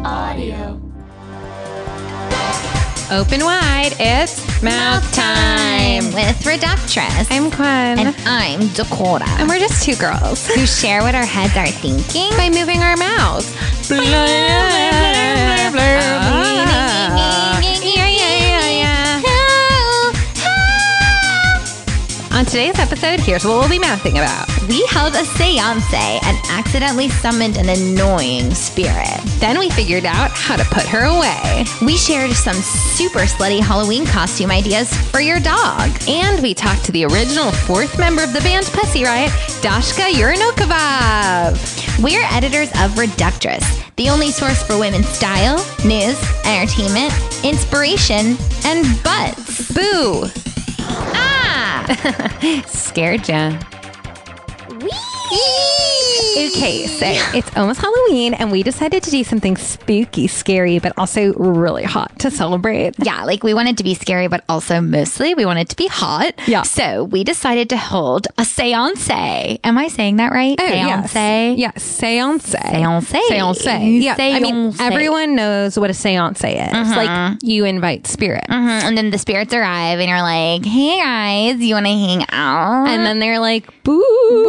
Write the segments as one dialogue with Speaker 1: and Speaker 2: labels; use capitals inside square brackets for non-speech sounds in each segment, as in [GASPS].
Speaker 1: Radio.
Speaker 2: Open wide. It's mouth time.
Speaker 1: with Reductress.
Speaker 2: I'm Quan.
Speaker 1: and I'm Dakota.
Speaker 2: and we're just two girls
Speaker 1: who share what our heads are thinking.
Speaker 2: by moving our mouths. Ah. Yeah, yeah, yeah, yeah. On today's episode, here's what we'll be mouthing about.
Speaker 1: We held a seance and accidentally summoned an annoying spirit.
Speaker 2: Then we figured out how to put her away.
Speaker 1: We shared some super slutty Halloween costume ideas for your dog.
Speaker 2: And we talked to the original fourth member of the band Pussy Riot, Dashka Yurinokovov.
Speaker 1: We're editors of Reductress, the only source for women's style, news, entertainment, inspiration, and butts.
Speaker 2: Boo!
Speaker 1: Ah! [LAUGHS]
Speaker 2: Scared ya.
Speaker 1: Wee!
Speaker 2: Okay, so it's almost Halloween, and we decided to do something spooky, scary, but also really hot to celebrate.
Speaker 1: Yeah, like we wanted to be scary, but also mostly we wanted to be hot.
Speaker 2: Yeah.
Speaker 1: So we decided to hold a seance. Am I saying that right? seance.
Speaker 2: Oh, Yes, yes. seance.
Speaker 1: Seance.
Speaker 2: Seance. Yeah. I mean,
Speaker 1: Seance.
Speaker 2: everyone knows what a seance is. Like, you invite spirit.
Speaker 1: Mhm, And then the spirits arrive and you're like, hey guys, you want to hang out?
Speaker 2: And then they're like, Uh-huh. boo.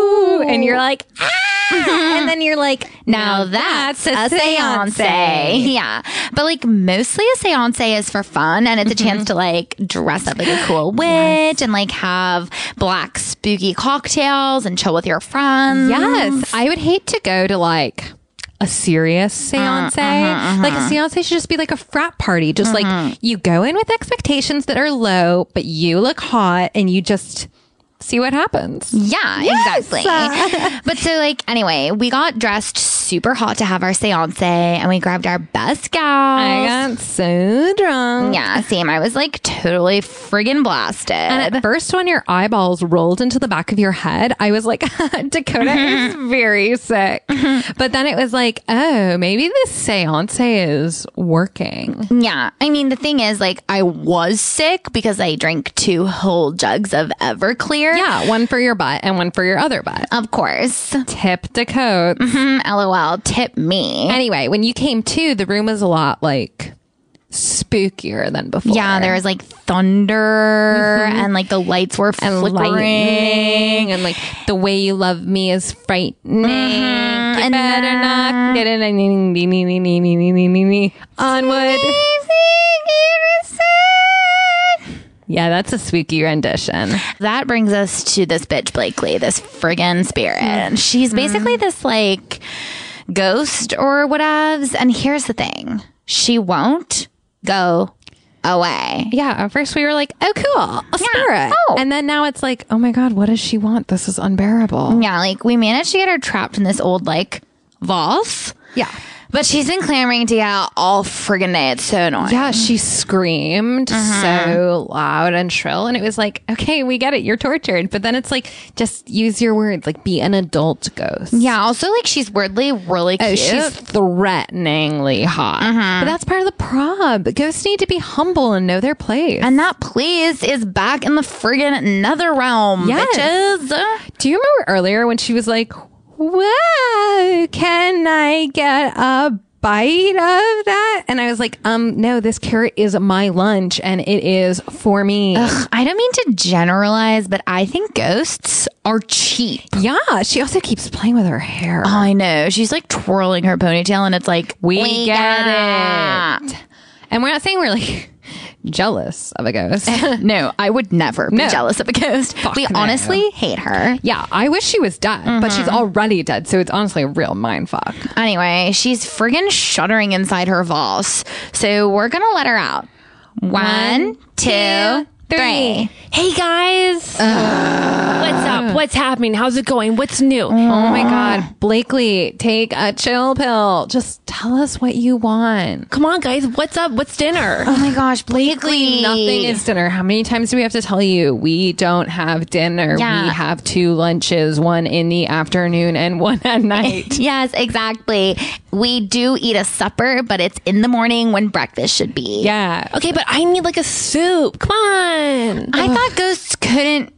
Speaker 2: And you're like, ah. and then you're like,
Speaker 1: Now that's a seance. Yeah. But like mostly a seance is for fun and it's a chance to like dress up like a cool witch and like have black spooky cocktails and chill with your friends.
Speaker 2: Yes. I would hate to go to like a serious seance. Like a seance should just be like a frat party. Just like you go in with expectations that are low, but you look hot and you just see what happens.
Speaker 1: Yeah, exactly. [LAUGHS] but so, like, anyway, we got dressed super hot to have our seance and we grabbed our best gals.
Speaker 2: I got so drunk.
Speaker 1: yeah, same. I was like totally friggin' blasted.
Speaker 2: And at first, when your eyeballs rolled into the back of your head, I was like, [LAUGHS] Dakota is very sick. But then it was like, oh, maybe this seance is working.
Speaker 1: yeah. I mean, the thing is, like, I was sick because I drank two whole jugs of Everclear.
Speaker 2: Yeah, one for your butt and one for your other butt.
Speaker 1: Of course.
Speaker 2: Tip Dakota.
Speaker 1: Mm, LOL. Tip me.
Speaker 2: Anyway, when you came to, the room was a lot like spookier than before.
Speaker 1: yeah, there was like thunder and like the lights were
Speaker 2: Mm-hmm. and
Speaker 1: flickering.
Speaker 2: lightning and like the way you love me is frightening. You
Speaker 1: And
Speaker 2: better not get it. Onward. Yeah, that's a spooky rendition.
Speaker 1: That brings us to this bitch Blakely, this friggin'
Speaker 2: Mm-hmm.
Speaker 1: spirit. She's basically this like ghost or whatevs. And here's the thing she won't go away.
Speaker 2: Yeah, at first we were like, oh, cool, a spirit.
Speaker 1: Oh.
Speaker 2: And then now it's like, oh my God, what does she want? This is unbearable.
Speaker 1: Yeah, like we managed to get her trapped in this old like vase,
Speaker 2: Yeah.
Speaker 1: but she's been clamoring to get out all friggin' day. It's so annoying.
Speaker 2: Yeah, she screamed so loud and shrill. And it was like, okay, we get it. You're tortured. But then it's like, just use your words, like be an adult ghost.
Speaker 1: Yeah, also like she's weirdly really cute.
Speaker 2: Oh, she's threateningly hot. But that's part of the prob. Ghosts need to be humble and know their place.
Speaker 1: and that please is back in the friggin' nether realm,
Speaker 2: Yes.
Speaker 1: bitches.
Speaker 2: Do you remember earlier when she was like, Whoa, can I get a bite of that? And I was like, um, no, this carrot is my lunch and it is for me.
Speaker 1: Ugh, I don't mean to generalize, but I think ghosts are cheap.
Speaker 2: Yeah. She also keeps playing with her hair.
Speaker 1: I know. She's like twirling her ponytail and it's like,
Speaker 2: We get
Speaker 1: got it.
Speaker 2: And we're not saying we're like [LAUGHS] jealous of a ghost.
Speaker 1: [LAUGHS] No, I would never be
Speaker 2: No.
Speaker 1: jealous of a ghost. we
Speaker 2: no.
Speaker 1: honestly hate her.
Speaker 2: yeah, I wish she was dead, but she's already dead, so it's honestly a real mind fuck.
Speaker 1: Anyway, she's friggin' shuddering inside her vase. So we're gonna let her out. One, two, three.
Speaker 3: Hey guys. What's up? What's happening? How's it going? What's new?
Speaker 2: Oh my god, Blakely, take a chill pill. Just tell us what you want.
Speaker 3: Come on, guys. What's up? What's dinner?
Speaker 1: Oh my gosh, Blakely.
Speaker 2: Nothing is dinner. How many times do we have to tell you we don't have dinner?
Speaker 1: Yeah.
Speaker 2: We have two lunches, one in the afternoon and one
Speaker 1: [LAUGHS]
Speaker 2: at night.
Speaker 1: Yes, exactly. We do eat a supper, but it's in the morning when breakfast should be.
Speaker 2: yeah.
Speaker 3: Okay, but I need like a soup. Come on.
Speaker 1: I thought ghosts couldn't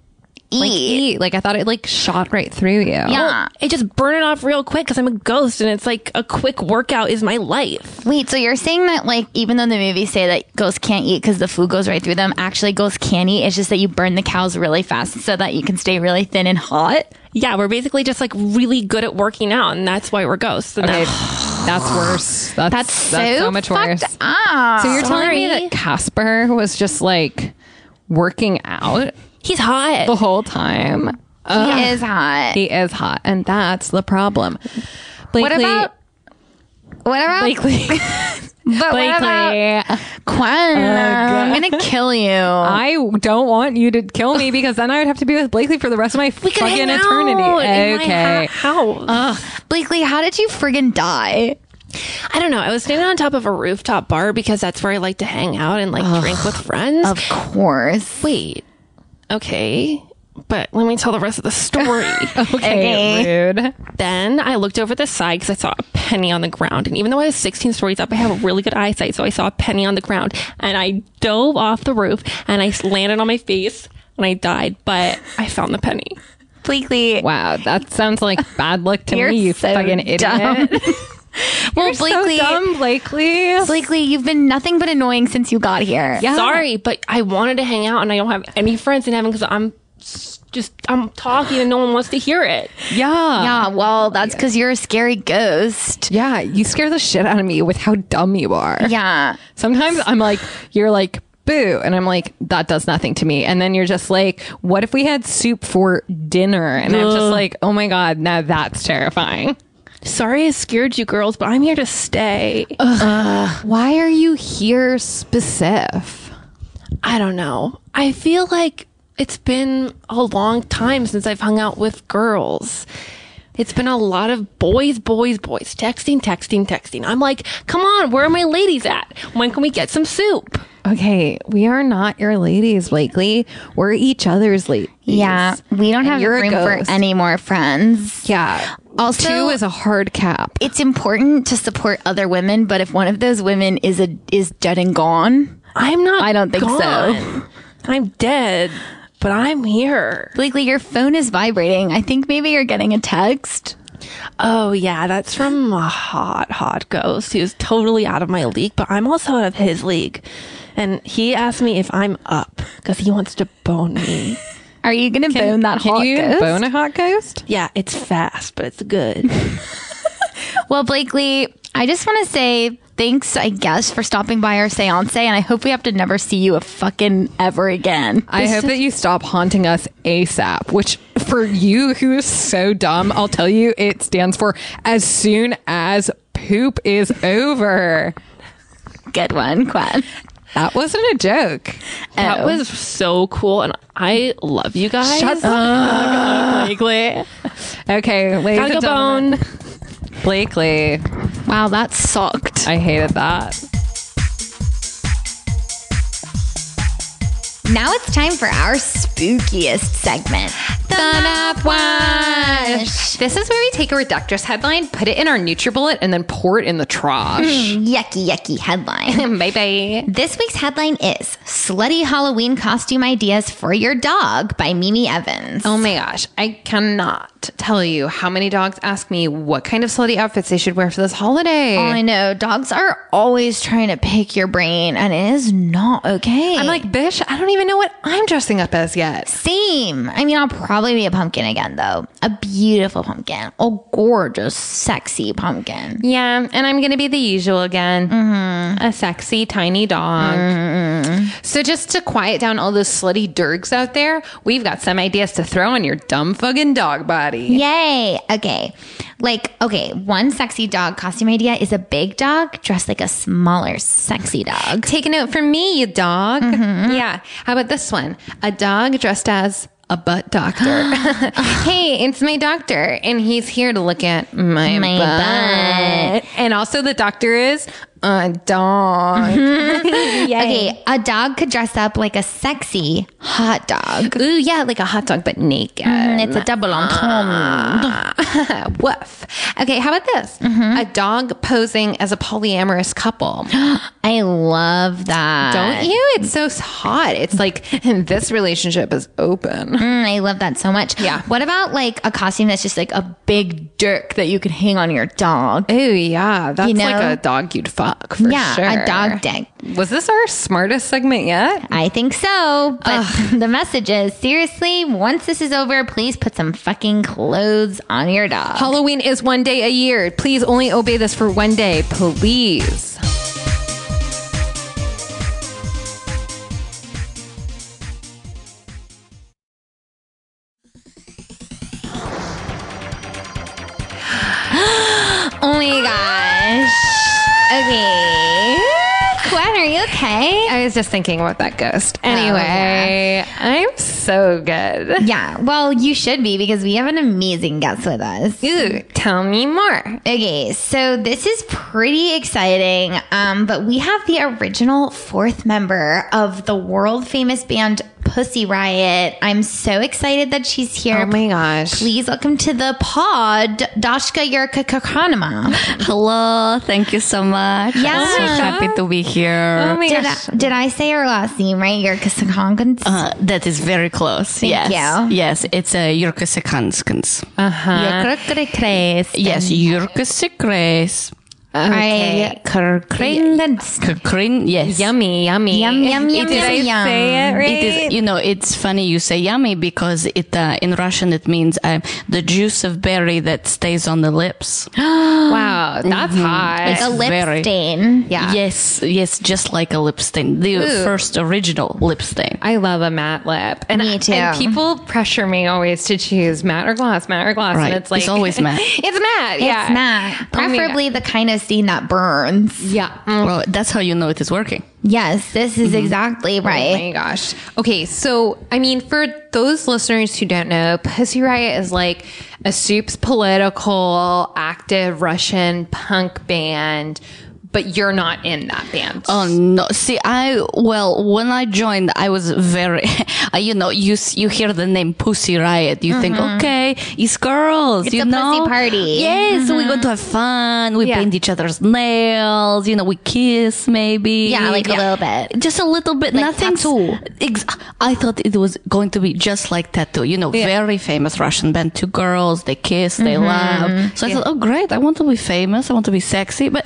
Speaker 1: eat.
Speaker 2: Like eat. Like I thought it like shot right through you.
Speaker 1: Yeah.
Speaker 3: It just burn it off real quick because I'm a ghost and it's like a quick workout is my life.
Speaker 1: Wait, so you're saying that like even though the movies say that ghosts can't eat because the food goes right through them, actually ghosts can eat. It's just that you burn the cows really fast so that you can stay really thin and hot.
Speaker 3: Yeah, we're basically just like really good at working out and that's why we're ghosts. And
Speaker 1: [SIGHS]
Speaker 2: Okay,
Speaker 3: that-
Speaker 2: that's worse. That's that's so, much worse.
Speaker 1: fucked up.
Speaker 2: So you're telling me
Speaker 3: Sorry.
Speaker 2: that Casper was just like working out
Speaker 3: he's hot. [LAUGHS]
Speaker 2: the whole time.
Speaker 1: he is hot.
Speaker 2: He is hot, and that's the problem. Blakely,
Speaker 1: what about what about
Speaker 2: Blakely?
Speaker 1: but what about
Speaker 2: Blakely,
Speaker 1: Quan? I'm gonna kill you.
Speaker 2: I don't want you to kill me because then I would have to be with Blakely for the rest of my
Speaker 3: we could
Speaker 2: fucking
Speaker 3: hang out
Speaker 2: eternity.
Speaker 3: in my
Speaker 2: okay. Uh,
Speaker 3: ha- house.
Speaker 1: Blakely, how did you friggin' die?
Speaker 3: I don't know. I was standing on top of a rooftop bar because that's where I like to hang out and like drink with friends.
Speaker 1: Of course.
Speaker 3: Wait. Okay. But let me tell the rest of the story.
Speaker 2: [LAUGHS] Okay, rude.
Speaker 3: then I looked over the side because I saw a penny on the ground. And even though I was 16 stories up, I have really good eyesight. So I saw a penny on the ground and I dove off the roof and I s- landed on my face and I died. But I found the penny.
Speaker 1: Blakely.
Speaker 2: Wow, that sounds like bad luck to
Speaker 1: You're
Speaker 2: me. You
Speaker 1: so
Speaker 2: fucking idiot.
Speaker 1: dumb.
Speaker 2: [LAUGHS]
Speaker 1: Well,
Speaker 2: You're
Speaker 1: Blakely,
Speaker 2: so dumb, Blakely.
Speaker 1: Blakely, you've been nothing but annoying since you got here.
Speaker 2: Yeah.
Speaker 3: Sorry, but I wanted to hang out and I don't have any friends in heaven because I'm s- just, I'm talking and no one wants to hear it.
Speaker 2: Yeah.
Speaker 1: Yeah, well, that's because you're a scary ghost.
Speaker 2: Yeah, you scare the shit out of me with how dumb you are.
Speaker 1: Yeah.
Speaker 2: Sometimes I'm like, you're like, boo. And I'm like, that does nothing to me. And then you're just like, what if we had soup for dinner? And I'm just like, oh my God, now that's terrifying.
Speaker 3: Sorry I scared you girls, but I'm here to stay.
Speaker 2: Why are you here specific?
Speaker 3: I don't know. I feel like it's been a long time since I've hung out with girls. It's been a lot of boys, boys, boys, texting, texting, texting. I'm like, come on, where are my ladies at? When can we get some soup?
Speaker 2: Okay, we are not your ladies, Blakely. We're each other's ladies.
Speaker 1: Yeah. We don't have
Speaker 2: you're a
Speaker 1: room for
Speaker 2: ghost.
Speaker 1: any more friends.
Speaker 2: Yeah.
Speaker 1: Also-
Speaker 2: two is a hard cap.
Speaker 1: It's important to support other women, but if one of those women is a is dead and gone,
Speaker 3: I'm not.
Speaker 1: I don't think so.
Speaker 3: so. I'm dead, but I'm here.
Speaker 1: Blakely, your phone is vibrating. I think maybe you're getting a text.
Speaker 3: Oh yeah, that's from a hot, hot ghost who's totally out of my league, but I'm also out of his league. And he asked me if I'm up because he wants to bone me.
Speaker 1: Are you gonna bone that
Speaker 2: Can
Speaker 1: hot
Speaker 2: you
Speaker 1: ghost?
Speaker 2: bone a hot ghost?
Speaker 3: Yeah, it's fast, but it's good.
Speaker 1: Well, Blakely, I just want to say thanks, I guess, for stopping by our seance, and I hope we have to never see you a fucking ever again.
Speaker 2: I hope that you stop haunting us ASAP, which for you who is so dumb, I'll tell you it stands for as soon as poop is over.
Speaker 1: Good one, Quen. Oh,
Speaker 2: That wasn't a joke.
Speaker 3: [LAUGHS] That was so cool, and I love you guys. Oh
Speaker 2: Shut
Speaker 3: [LAUGHS]
Speaker 2: up. Blakely. Okay, ladies
Speaker 3: Gotta
Speaker 2: and
Speaker 3: go
Speaker 2: gentlemen.
Speaker 3: bone.
Speaker 2: Blakely.
Speaker 1: Wow, that sucked.
Speaker 2: I hated that.
Speaker 1: Now it's time for our spookiest segment.
Speaker 2: The mouthwash. This is where we take a reductress headline, put it in our NutriBullet, and then pour it in the [LAUGHS] trash.
Speaker 1: Yucky, yucky headline. [LAUGHS]
Speaker 2: bye bye.
Speaker 1: this week's headline is Slutty Halloween Costume Ideas for Your Dog by Mimi Evans.
Speaker 2: Oh my gosh, I cannot tell you how many dogs ask me what kind of slutty outfits they should wear for this holiday.
Speaker 1: I know. Dogs are always trying to pick your brain, and it is not okay.
Speaker 2: I'm like, bish, I don't even know what I'm dressing up as yet.
Speaker 1: Same. I mean, I'll probably be a pumpkin again, though. A beautiful pumpkin. A gorgeous, sexy pumpkin.
Speaker 2: Yeah, and I'm going to be the usual again a sexy, tiny dog. So, just to quiet down all those slutty dergs out there, we've got some ideas to throw on your dumb fucking dog body.
Speaker 1: Yay. Okay. Like, okay, one sexy dog costume idea is a big dog dressed like a smaller, sexy dog.
Speaker 2: Take a note from me, you dog.
Speaker 1: Mm-hmm.
Speaker 2: Yeah. How about this one? A dog dressed as a butt
Speaker 1: [GASPS]
Speaker 2: doctor. [LAUGHS] hey, it's my doctor, and he's here to look at my,
Speaker 1: My
Speaker 2: butt. And also, the doctor is a dog.
Speaker 1: Mm-hmm. Okay, a dog could dress up like a sexy hot dog.
Speaker 2: Ooh, yeah, like a hot dog, but naked.
Speaker 1: And Mm, it's a double entendre. Mm-hmm.
Speaker 2: [LAUGHS] Woof.
Speaker 1: [GASPS]
Speaker 2: Okay, how about this? A dog posing as a polyamorous couple.
Speaker 1: I love that.
Speaker 2: Don't you? It's so hot. It's like [LAUGHS] this relationship is open.
Speaker 1: Mm, I love that so much.
Speaker 2: Yeah.
Speaker 1: What about like a costume that's just like a big dirk that you could hang on your dog?
Speaker 2: Oh yeah, that's
Speaker 1: You know?
Speaker 2: like a dog you'd fuck for
Speaker 1: yeah,
Speaker 2: sure.
Speaker 1: a dog dick.
Speaker 2: Was this our smartest segment yet?
Speaker 1: I think so. But [LAUGHS] the message is seriously, once this is over, please put some fucking clothes on your dog.
Speaker 2: Halloween is one day a year. Please only obey this for one day, please.
Speaker 1: Oh my gosh. Okay. Gwen, are you okay?
Speaker 2: I was just thinking about that ghost. Anyway, I'm so good.
Speaker 1: Yeah, well, you should be because we have an amazing guest with us.
Speaker 2: Ooh, tell me more.
Speaker 1: Okay, so this is pretty exciting, um, but we have the original fourth member of the world famous band Pussy Riot. I'm so excited that she's here.
Speaker 2: Oh my gosh.
Speaker 1: Please welcome to the pod, Dashka Yurka
Speaker 2: Oh
Speaker 1: Kakanama.
Speaker 4: Hello, thank you so much.
Speaker 1: Yeah.
Speaker 4: I'm so
Speaker 1: Oh my
Speaker 4: happy to be here.
Speaker 2: Oh my
Speaker 1: Did I,
Speaker 2: gosh. Uh-huh.
Speaker 1: did I say her last name right? Yurka Sakankans?
Speaker 4: Uh, that is very close. yes.
Speaker 1: you.
Speaker 4: Yes, it's a Yurkusikanskans. Yes, Yurkusikres.
Speaker 1: Right.
Speaker 4: Kakrin, yes.
Speaker 2: Yummy, yummy.
Speaker 1: Yum, yum, yum,
Speaker 2: Did I
Speaker 1: yum, yum.
Speaker 2: say it right?
Speaker 4: It is, you know, it's funny you say yummy because it uh, in Russian it means uh, the juice of berry that stays on
Speaker 2: [GASPS]
Speaker 4: the lips.
Speaker 2: Wow, that's hot.
Speaker 1: Like a lip
Speaker 4: very-
Speaker 1: stain. Yeah.
Speaker 4: Yes, yes, just like a lip stain, the first original lip stain.
Speaker 2: I love a matte lip. And,
Speaker 1: Me too.
Speaker 2: and people pressure me always to choose matte or gloss, matte or gloss.
Speaker 4: Right.
Speaker 2: And it's like,
Speaker 4: It's always matte.
Speaker 2: [LAUGHS] it's matte. Yeah.
Speaker 1: It's not.
Speaker 2: Oh my God.
Speaker 1: Preferably the kind of stain that burns.
Speaker 2: Yeah. Mm,
Speaker 4: Well, that's how you know it is working.
Speaker 1: Yes, this is exactly
Speaker 2: Mm-hmm. Oh
Speaker 1: right.
Speaker 2: my gosh. Okay. So, I mean, for those listeners who don't know, Pussy Riot is like a soup's political, active Russian punk band, but you're not in that band.
Speaker 4: Oh no! See, I well, when I joined, I was very, [LAUGHS] uh, you know, you s- you hear the name Pussy Riot, you think, okay, it's girls, you
Speaker 1: Mm-hmm. a pussy
Speaker 4: know,
Speaker 1: party. Mm-hmm.
Speaker 4: Yes, we're going to have fun. We
Speaker 2: Yeah.
Speaker 4: paint each other's nails, you know, we kiss maybe.
Speaker 1: Yeah, like a little bit.
Speaker 4: Just a little bit, nothing.
Speaker 1: tattoo.
Speaker 4: Ex- I thought it was going to be just like tattoo. You know, very famous Russian band. Two girls, they kiss, they
Speaker 1: Mm-hmm.
Speaker 4: love. So I thought, oh great, I want to be famous. I want to be sexy. But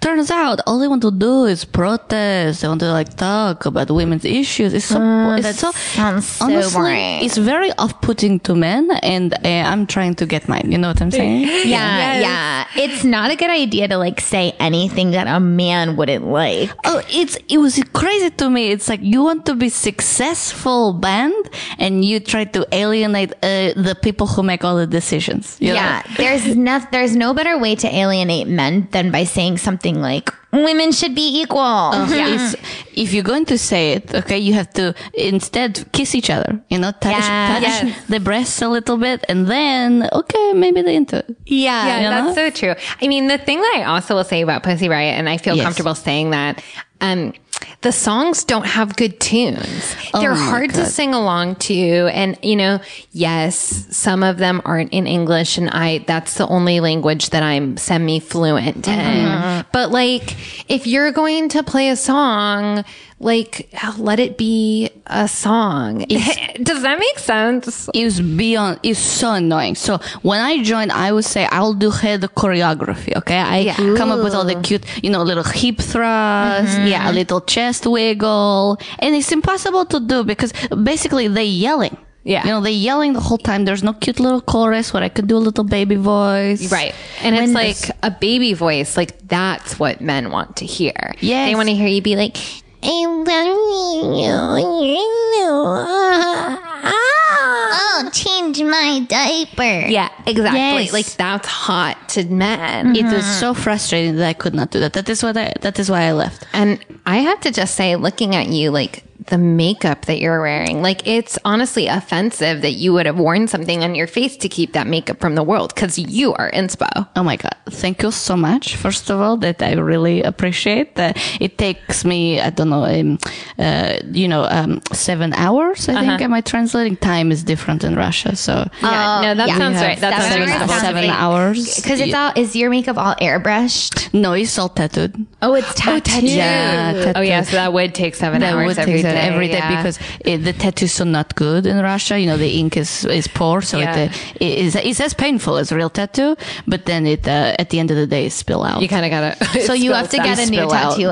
Speaker 4: turns out, all they want to do is protest. They want to like talk about women's issues. It's so. it's
Speaker 1: Mm, that
Speaker 4: so
Speaker 1: sounds so
Speaker 4: honestly,
Speaker 1: boring.
Speaker 4: it's very off-putting to men, and uh, I'm trying to get mine. You know what I'm saying?
Speaker 1: Yeah, yeah. It's not a good idea to like say anything that a man wouldn't like.
Speaker 4: Oh, it's it was crazy to me. It's like you want to be successful band, and you try to alienate uh, the people who make all the decisions. you know?
Speaker 1: Yeah, there's no there's no better way to alienate men than by saying something like women should be equal.
Speaker 4: Uh,
Speaker 1: [LAUGHS]
Speaker 4: It's- if you're going to say it, okay, you have to instead kiss each other. You know, touch,
Speaker 1: Yes.
Speaker 4: touch the breasts a little bit, and then okay, maybe they're into it.
Speaker 1: Yeah,
Speaker 2: Yeah, that's
Speaker 4: you
Speaker 2: so true. I mean, the thing that I also will say about Pussy Riot, and I feel
Speaker 4: Yes.
Speaker 2: comfortable saying that, um, the songs don't have good tunes. They're
Speaker 4: Oh my
Speaker 2: hard to
Speaker 4: God.
Speaker 2: sing along to. And, you know, yes, some of them aren't in English. And I, that's the only language that I'm semi fluent
Speaker 4: Uh-huh.
Speaker 2: in. But like, if you're going to play a song, like, let it be a song. [LAUGHS] Does that make sense?
Speaker 4: is beyond is so annoying. So when I joined, I would say I'll do head choreography. Okay, I come up with all the cute, you know, little hip thrust,
Speaker 2: Mm-hmm.
Speaker 4: yeah, a little chest wiggle, and it's impossible to do because basically they yelling.
Speaker 2: Yeah.
Speaker 4: you know, they yelling the whole time. There's no cute little chorus where I could do a little baby voice.
Speaker 2: Right. And it's like a baby voice. Like that's what men want to hear. Yeah,
Speaker 4: Yes.
Speaker 2: They want to hear you be like,
Speaker 1: I love you. Oh, change my diaper.
Speaker 2: yeah, exactly.
Speaker 4: Yes.
Speaker 2: Like that's hot to men.
Speaker 1: Mm.
Speaker 4: It was so frustrating that I could not do that. That is what I. That is why I left.
Speaker 2: And I have to just say, looking at you, like the makeup that you're wearing. Like it's honestly offensive that you would have worn something on your face to keep that makeup from the world because you are inspo.
Speaker 4: Oh my God. Thank you so much. First of all, that I really appreciate that it takes me, I don't know, um, uh, you know, um, seven hours. I
Speaker 2: Uh-huh.
Speaker 4: think am I translating time is different in Russia. So
Speaker 2: Yeah, no,
Speaker 1: Oh,
Speaker 2: that sounds right. That sounds
Speaker 4: seven,
Speaker 2: right.
Speaker 4: hours, seven hours.
Speaker 1: Because it's all is your makeup all airbrushed?
Speaker 4: No, it's all tattooed.
Speaker 1: Oh, it's tattooed.
Speaker 4: Yeah. Tattooed.
Speaker 2: Oh yeah, so that would take seven
Speaker 4: That
Speaker 2: hours
Speaker 4: would
Speaker 2: every day.
Speaker 4: take that every day
Speaker 2: yeah.
Speaker 4: because uh the tattoos are not good in Russia. You know, the ink is, is poor. So
Speaker 2: Yeah.
Speaker 4: it, uh, it is, it's as painful as real tattoo, but then it, uh, at the end of the day, it spill out.
Speaker 2: you kind of gotta. [LAUGHS]
Speaker 1: So you have to get a new
Speaker 4: Spill out.
Speaker 1: tattoo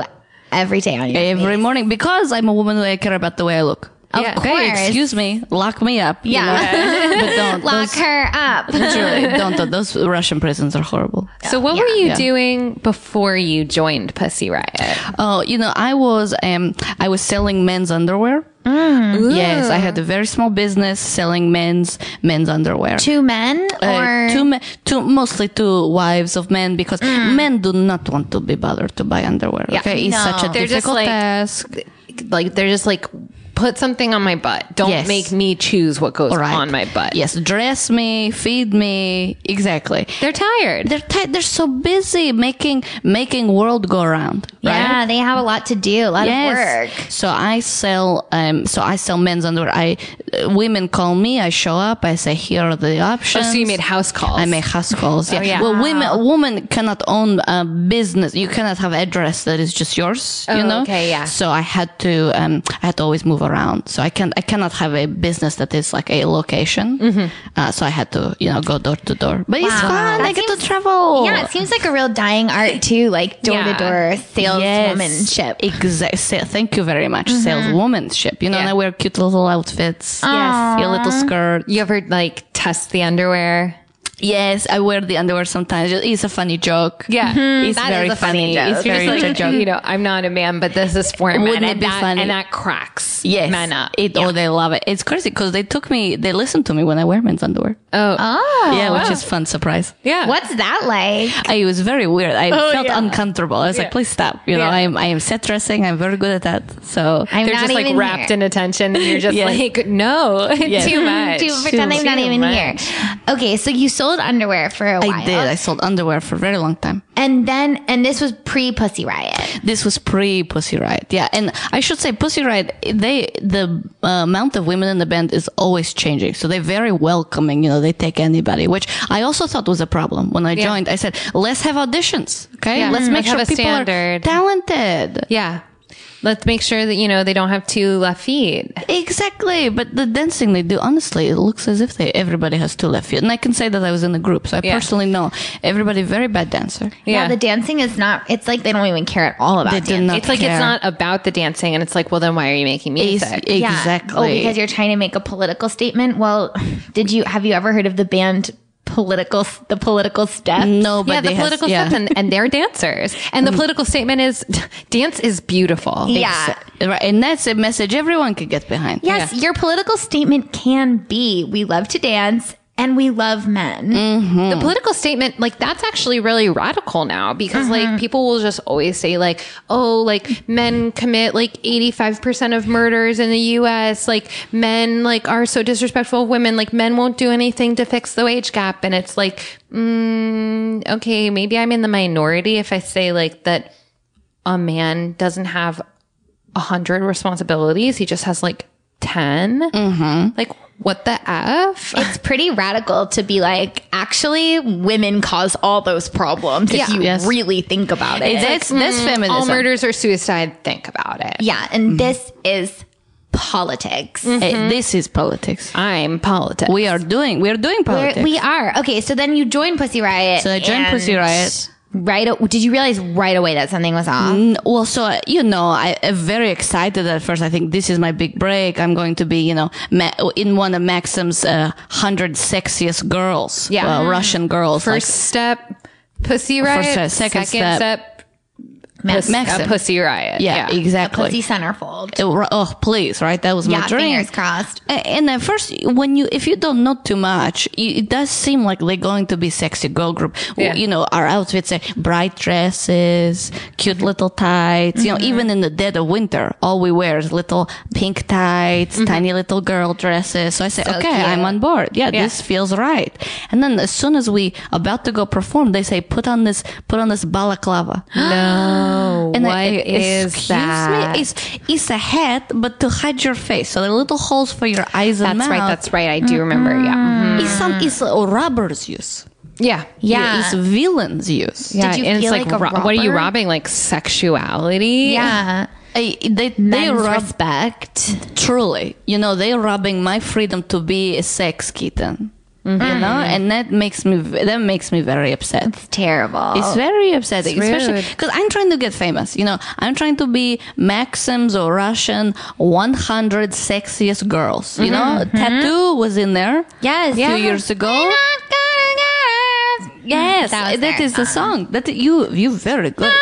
Speaker 1: every day on your
Speaker 4: every
Speaker 1: face.
Speaker 4: morning because I'm a woman who I care about the way I look.
Speaker 1: Of
Speaker 2: Yeah.
Speaker 1: course.
Speaker 4: Hey, excuse me, lock me up. you
Speaker 1: Yeah.
Speaker 4: know? but
Speaker 2: [LAUGHS]
Speaker 4: don't
Speaker 1: [LAUGHS] Lock
Speaker 4: those,
Speaker 1: her up.
Speaker 4: Truly, don't, don't. Those Russian prisons are horrible.
Speaker 2: so what were you
Speaker 4: yeah.
Speaker 2: doing before you joined Pussy Riot?
Speaker 4: Oh, you know, I was um, I was selling men's underwear.
Speaker 2: Mm.
Speaker 4: Yes, I had a very small business selling men's men's underwear.
Speaker 1: Two men or
Speaker 4: Uh, to, me- to mostly to wives of men because
Speaker 2: Mm.
Speaker 4: men do not want to be bothered to buy underwear. Okay, it's
Speaker 1: No.
Speaker 4: such a
Speaker 2: They're just
Speaker 4: difficult
Speaker 2: like-
Speaker 4: task.
Speaker 2: Like they're just like put something on my butt. Don't
Speaker 4: Yes.
Speaker 2: make me choose what goes
Speaker 4: Right.
Speaker 2: on my butt.
Speaker 4: Yes, dress me, feed me. Exactly.
Speaker 2: They're tired.
Speaker 4: They're ti They're so busy making making world go round. Right?
Speaker 1: yeah, they have a lot to do, a lot of work.
Speaker 4: So I sell, um, so I sell men's underwear. I, uh, women call me, I show up, I say, here are the
Speaker 2: Oh,
Speaker 4: options.
Speaker 2: so you made house calls.
Speaker 4: I make house calls. Yeah.
Speaker 2: yeah.
Speaker 4: Well, women, a woman cannot own a business. You cannot have a dress that is just yours, you
Speaker 1: Oh,
Speaker 4: know?
Speaker 2: okay, yeah.
Speaker 4: So I had to, um, I had to always move around. So I can't, I cannot have a business that is like a location. Uh, so I had to, you know, go door to door, but it's
Speaker 1: Mm-hmm. Wow.
Speaker 4: fun.
Speaker 1: That
Speaker 4: I get to travel.
Speaker 1: Yeah, it seems like a real dying art too, like door to door saleswomanship.
Speaker 4: Exactly. Thank you very much.
Speaker 2: Mm-hmm.
Speaker 4: Saleswomanship. You know, and I wear cute little outfits. Yes. Your little skirt.
Speaker 2: You ever like test the underwear?
Speaker 4: Yes, I wear the underwear sometimes. It's a funny joke.
Speaker 2: Yeah,
Speaker 4: It's
Speaker 2: That
Speaker 4: very
Speaker 2: is a
Speaker 4: funny. It's
Speaker 2: You're
Speaker 4: very
Speaker 2: just Mm-hmm. like,
Speaker 4: good joke.
Speaker 2: you know, I'm not a man, but this is for a man,
Speaker 4: Wouldn't it
Speaker 2: and
Speaker 4: be
Speaker 2: that,
Speaker 4: funny?
Speaker 2: And that cracks
Speaker 4: Yes.
Speaker 2: men up.
Speaker 4: It, Oh, they love it. It's crazy because they took me, they listen to me when I wear men's underwear. uh,
Speaker 1: Oh,
Speaker 4: yeah, which is fun surprise.
Speaker 2: yeah.
Speaker 1: what's that like?
Speaker 4: I, it was very weird. I felt
Speaker 2: Oh, yeah.
Speaker 4: uncomfortable. I was like, please stop. You know,
Speaker 2: Yeah.
Speaker 4: I am, I am set dressing. I'm very good at that. So
Speaker 1: I'm
Speaker 2: They're
Speaker 1: not
Speaker 2: just like
Speaker 1: even
Speaker 2: wrapped in
Speaker 1: here.
Speaker 2: attention, and
Speaker 4: [LAUGHS]
Speaker 2: you're just
Speaker 4: Yeah.
Speaker 2: like, no, [LAUGHS] too much.
Speaker 1: Do pretend I'm not
Speaker 2: Too
Speaker 1: even
Speaker 2: much.
Speaker 1: here. Okay, so you sold underwear for a while.
Speaker 4: I did. I sold underwear for a very long time.
Speaker 1: And then, and this was pre Pussy Riot.
Speaker 4: this was pre Pussy Riot. Yeah, and I should say Pussy Riot. They the uh, amount of women in the band is always changing, so they're very welcoming. You know, they take anybody, which I also thought was a problem when I joined. I said, let's have auditions, okay?
Speaker 2: Yeah.
Speaker 4: Let's
Speaker 2: Mhm.
Speaker 4: make
Speaker 2: Let's
Speaker 4: sure
Speaker 2: have a
Speaker 4: people
Speaker 2: standard.
Speaker 4: are talented.
Speaker 2: Yeah. Let's make sure that, you know, they don't have two left feet.
Speaker 4: Exactly, but the dancing they do, honestly, it looks as if they everybody has two left feet, and I can say that I was in a group, so I
Speaker 2: Yeah.
Speaker 4: personally know everybody very bad dancer.
Speaker 1: Yeah. the dancing is not, it's like they don't even care at all about
Speaker 4: They did
Speaker 1: dancing.
Speaker 4: not.
Speaker 2: It's like
Speaker 4: care.
Speaker 2: it's not about the dancing, and it's like, well, then why are you making
Speaker 4: It's-
Speaker 2: music?
Speaker 1: Yeah.
Speaker 4: exactly.
Speaker 1: Oh, because you're trying to make a political statement. Well, did you, have you ever heard of the band Political, the Political Step?
Speaker 4: no, but
Speaker 2: yeah, Mm. the
Speaker 4: they has-
Speaker 2: political
Speaker 4: yeah.
Speaker 2: stuff and, and they're dancers. And the political statement is [LAUGHS] dance is beautiful.
Speaker 1: Yeah.
Speaker 4: Right, and that's a message everyone can get behind.
Speaker 1: Yes, your political statement can be we love to dance and we love men.
Speaker 4: Mm.
Speaker 2: The political statement, like that's actually really radical now because like people will just always say like, oh, like men commit like 85% of murders in the US. Like men like are so disrespectful of women. Like men won't do anything to fix the wage gap. And it's like, mm, okay, maybe I'm in the minority if I say like that a man doesn't have a hundred responsibilities. He just has like 10. Like what the F?
Speaker 1: It's pretty radical to be like, actually, women cause all those problems if you
Speaker 4: Yes.
Speaker 1: really think about it.
Speaker 4: That's, that's feminism.
Speaker 2: all murders are suicide. Think about it.
Speaker 1: yeah, and
Speaker 4: Mm-hmm.
Speaker 1: this is politics.
Speaker 4: Uh, this is politics.
Speaker 2: I'm politics.
Speaker 4: We are doing we are doing
Speaker 1: We're-
Speaker 4: politics.
Speaker 1: We are. Okay, so then you joined Pussy Riot.
Speaker 4: So I joined
Speaker 1: and
Speaker 4: Pussy Riot.
Speaker 1: Right, a- did you realize right away that something was off?
Speaker 4: N- well, so uh, you know, I am very excited at first. I think this is my big break. I'm going to be, you know, ma- in one of Maxim's uh, hundred sexiest girls,
Speaker 2: Yeah.
Speaker 4: uh, Russian girls.
Speaker 2: First step, pussy riot.
Speaker 4: step, second step.
Speaker 1: Maxim.
Speaker 2: a
Speaker 4: Maxim.
Speaker 2: pussy riot.
Speaker 4: yeah, exactly.
Speaker 1: Pussy centerfold.
Speaker 4: It- oh, please, right? That was my
Speaker 1: Yeah,
Speaker 4: dream.
Speaker 1: fingers crossed.
Speaker 4: A- And at first, when you if you don't know too much, you, it does seem like they're going to be sexy girl group. W-
Speaker 2: Yeah.
Speaker 4: You know, our outfits are bright dresses, cute little tights. You know,
Speaker 2: Mm-hmm.
Speaker 4: even in the dead of winter, all we wear is little pink tights,
Speaker 2: Mm-hmm.
Speaker 4: tiny little girl dresses. So I say, okay, I'm on board. Yeah, this feels right. And then as soon as we about to go perform, they say, put on this, put on this balaclava.
Speaker 2: [GASPS] No.
Speaker 4: And
Speaker 2: what
Speaker 4: it, it,
Speaker 2: is
Speaker 4: excuse
Speaker 2: that?
Speaker 4: me, it's it's a hat, but to hide your face. So there are little holes for your eyes and
Speaker 2: that's
Speaker 4: mouth.
Speaker 2: right. That's right. I do remember. Yeah. Mm-hmm.
Speaker 4: It's some it's a robber's use.
Speaker 2: Yeah.
Speaker 1: Yeah.
Speaker 4: it's villains use.
Speaker 2: Yeah.
Speaker 1: Did you
Speaker 2: and
Speaker 1: feel
Speaker 2: it's like,
Speaker 1: like a
Speaker 2: ro- what are you
Speaker 1: robber?
Speaker 2: robbing? Like sexuality?
Speaker 1: Yeah.
Speaker 4: I- they they
Speaker 1: Men's
Speaker 4: rob
Speaker 1: respect.
Speaker 4: truly. You know they're robbing my freedom to be a sex kitten.
Speaker 2: Mm-hmm.
Speaker 4: You know, and that makes me v- that makes me very upset.
Speaker 1: It's terrible.
Speaker 4: It's very upsetting,
Speaker 2: oh, It's
Speaker 4: especially
Speaker 2: rude.
Speaker 4: because I'm trying to get famous. You know, I'm trying to be Maxim's or Russian 100 sexiest girls. You know,
Speaker 2: Mm-hmm.
Speaker 4: tattoo was in there.
Speaker 1: Yes.
Speaker 4: a few
Speaker 1: Yeah.
Speaker 4: years ago.
Speaker 1: You're not gonna get us.
Speaker 4: Yes,
Speaker 1: That was Uh-huh.
Speaker 4: that
Speaker 1: their
Speaker 4: is the song. That you you very good.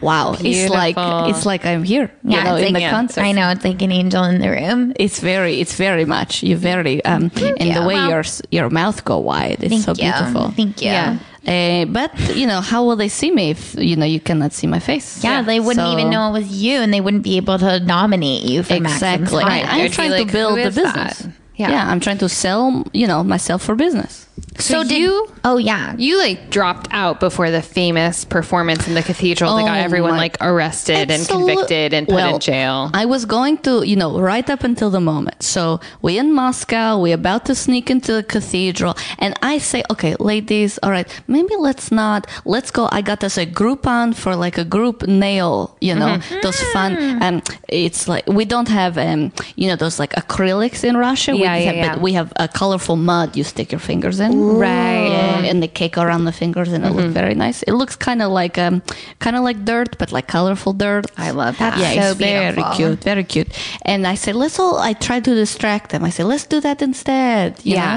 Speaker 4: Wow, it's like
Speaker 2: Beautiful.
Speaker 4: it's like I'm here.
Speaker 1: Yeah,
Speaker 4: you know,
Speaker 1: it's
Speaker 4: in
Speaker 1: like-
Speaker 4: the concert.
Speaker 1: I know it's like an angel in the room.
Speaker 4: It's very, it's very much. You very, um, and the
Speaker 1: you.
Speaker 4: way
Speaker 1: Well-
Speaker 4: your s- your mouth go wide, it's
Speaker 1: Thank
Speaker 4: so
Speaker 1: you.
Speaker 4: beautiful.
Speaker 1: Thank you.
Speaker 4: Yeah.
Speaker 1: Yeah.
Speaker 4: Uh, but you know, how will they see me if you know you cannot see my face?
Speaker 1: Yeah, they wouldn't
Speaker 4: So-
Speaker 1: even know it was you, and they wouldn't be able to nominate you for Maxim's
Speaker 4: exactly.
Speaker 1: Prize.
Speaker 4: I,
Speaker 2: They'd
Speaker 4: am
Speaker 2: be
Speaker 4: trying
Speaker 2: like,
Speaker 4: to build
Speaker 2: "Who
Speaker 4: the
Speaker 2: is that?"
Speaker 4: business.
Speaker 2: Yeah.
Speaker 4: yeah, I'm trying to sell you know myself for business.
Speaker 2: So,
Speaker 1: did-
Speaker 2: you
Speaker 1: Oh yeah,
Speaker 2: you like dropped out before the famous performance in the cathedral that got
Speaker 4: Oh,
Speaker 2: everyone
Speaker 4: my-
Speaker 2: like arrested
Speaker 4: Absolute-
Speaker 2: and convicted and put
Speaker 4: Well,
Speaker 2: in jail.
Speaker 4: I was going to, you know, right up until the moment. So we in Moscow, we about to sneak into the cathedral, and I say, okay, ladies, all right, maybe let's not. Let's go. I got us a Groupon for like a group nail, you know,
Speaker 2: Mm-hmm.
Speaker 4: those fun. Um, it's like we don't have, um, you know, those like acrylics in Russia. we
Speaker 2: Yeah,
Speaker 4: just
Speaker 2: yeah,
Speaker 4: have- But
Speaker 2: yeah.
Speaker 4: we have a colorful mud you stick your fingers in,
Speaker 2: Right.
Speaker 4: Yeah, and the cake around the fingers, and it
Speaker 2: Mm-hmm.
Speaker 4: looks very nice. It looks kind of like um, kind of like dirt, but like colorful dirt.
Speaker 2: I love that.
Speaker 4: Yeah,
Speaker 1: so
Speaker 4: it's very
Speaker 1: beautiful.
Speaker 4: cute, very cute. And I said, let's all. I tried to distract them. I said, let's do that instead. you
Speaker 2: Yeah.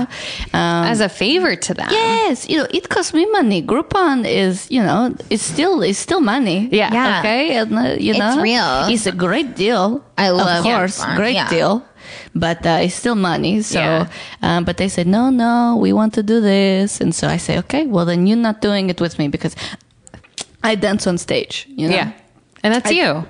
Speaker 4: know? Um,
Speaker 2: As a favor to them.
Speaker 4: yes, you know, it costs me money. Groupon is, you know, it's still it's still money.
Speaker 2: Yeah.
Speaker 1: Yeah.
Speaker 4: Okay. And uh, you
Speaker 1: It's
Speaker 4: know,
Speaker 1: real.
Speaker 4: It's a great deal.
Speaker 1: I
Speaker 4: Of
Speaker 1: love
Speaker 4: course,
Speaker 1: Groupon,
Speaker 4: great
Speaker 1: yeah.
Speaker 4: deal. But uh, it's still money. So,
Speaker 2: Yeah.
Speaker 4: um, but they said, no, no, we want to do this. And so I say, okay, well then you're not doing it with me because I dance on stage. You know.
Speaker 2: Yeah. And that's you.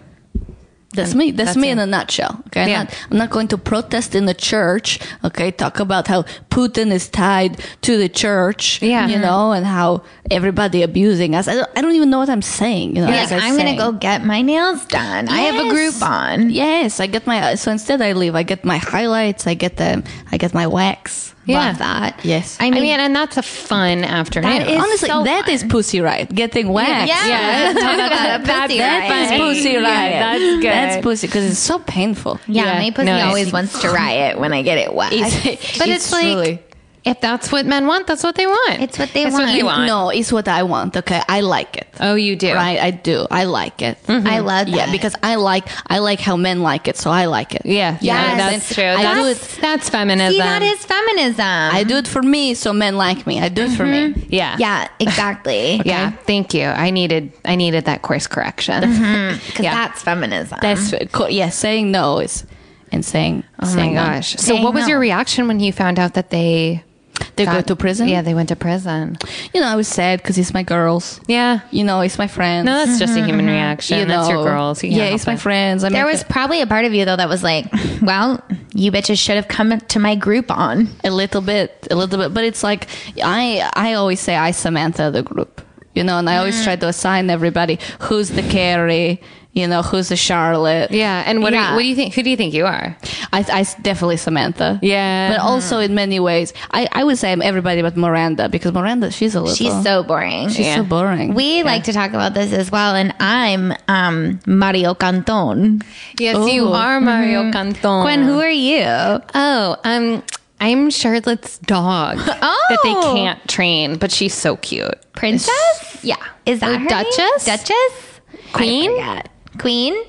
Speaker 4: That's me. That's,
Speaker 2: that's
Speaker 4: me
Speaker 2: it.
Speaker 4: in a nutshell. Okay. I'm,
Speaker 2: Yeah.
Speaker 4: not, I'm not going to protest in the church. Okay. Talk about how Putin is tied to the church.
Speaker 2: Yeah.
Speaker 4: You
Speaker 2: Mhm.
Speaker 4: know, and how everybody abusing us. I don't, I don't even know what I'm saying. You know,
Speaker 1: like
Speaker 4: as I
Speaker 1: I'm gonna
Speaker 4: sing.
Speaker 1: go get my nails done. I have a
Speaker 4: Yes.
Speaker 1: Groupon.
Speaker 4: Yes. I get my, so instead I leave. I get my highlights. I get the, I get my wax.
Speaker 2: Yeah.
Speaker 4: Love that. Yes.
Speaker 2: I mean, and that's a fun afternoon.
Speaker 1: That is-
Speaker 4: honestly,
Speaker 1: so
Speaker 4: that is pussy riot. Getting waxed.
Speaker 1: yeah. [LAUGHS] Talk about a pussy,
Speaker 4: That
Speaker 1: right?
Speaker 4: is pussy riot.
Speaker 2: that's good.
Speaker 4: That's pussy because it's so painful. [LAUGHS]
Speaker 1: Yeah,
Speaker 2: Yeah.
Speaker 1: my pussy
Speaker 2: No, it's-
Speaker 1: always wants to riot when I get it wet.
Speaker 2: but it's, like if that's what men want, that's what they want.
Speaker 1: It's what they
Speaker 2: It's
Speaker 1: want.
Speaker 2: What you want.
Speaker 4: No, it's what I want. Okay, I like it.
Speaker 2: Oh, you do. Mm-hmm.
Speaker 4: Right, I do. I like it.
Speaker 1: I love that.
Speaker 4: Yeah, because I like I like how men like it, so I like it.
Speaker 2: Yeah.
Speaker 1: Yes.
Speaker 2: Yeah. That's true.
Speaker 4: I do
Speaker 2: That's,
Speaker 4: it.
Speaker 2: that's feminism.
Speaker 4: [LAUGHS]
Speaker 1: see, that is feminism.
Speaker 4: I do it for me, so men like me. I do it for me.
Speaker 2: Yeah.
Speaker 1: yeah, exactly.
Speaker 4: [LAUGHS]
Speaker 2: Yeah. Thank you. I needed I needed that course correction.
Speaker 1: Because that's feminism.
Speaker 4: That's co- yeah. Saying no is and saying
Speaker 2: Uh-huh. Oh my
Speaker 4: saying no.
Speaker 2: gosh. So
Speaker 1: Dang,
Speaker 2: what was
Speaker 1: no.
Speaker 2: your reaction when you found out that they
Speaker 4: They go
Speaker 2: got-
Speaker 4: to prison.
Speaker 2: Yeah, they went to prison.
Speaker 4: you know I was sad because it's my girls.
Speaker 2: Yeah.
Speaker 4: You know it's my friends.
Speaker 2: No, that's just a human reaction.
Speaker 4: you know
Speaker 2: that's your girls. You can't
Speaker 4: yeah,
Speaker 2: help
Speaker 4: it's my
Speaker 2: it.
Speaker 4: friends. I
Speaker 1: there
Speaker 4: make
Speaker 1: was
Speaker 4: a-
Speaker 1: probably a part of you though that was
Speaker 4: [LAUGHS]
Speaker 1: like, "Well, you bitches should have come to my Groupon."
Speaker 4: a little bit a little bit but it's like i i always say i samantha the group you know and i always
Speaker 1: Mm.
Speaker 4: try to assign everybody who's the carrie you know who's the charlotte
Speaker 2: Yeah. And what, Are
Speaker 1: Yeah.
Speaker 2: you, what do you think? Who do you think you are?
Speaker 4: i, I s- definitely samantha
Speaker 2: Yeah.
Speaker 4: but also
Speaker 1: Mm.
Speaker 4: in many ways i i would say i'm everybody but miranda because miranda she's a little
Speaker 1: She's so boring.
Speaker 4: she's so boring
Speaker 1: We like to talk about this as well, and I'm um, Mario Canton.
Speaker 2: Yes, you are Mario Canton.
Speaker 1: Gwen, who are you?
Speaker 2: Oh, um, I'm Charlotte's [LAUGHS] dog that they can't train, but she's so cute.
Speaker 1: Princess? Yeah. Is that
Speaker 2: Or
Speaker 1: her name?
Speaker 2: Duchess?
Speaker 1: Duchess?
Speaker 2: Queen?
Speaker 1: I forget. Queen?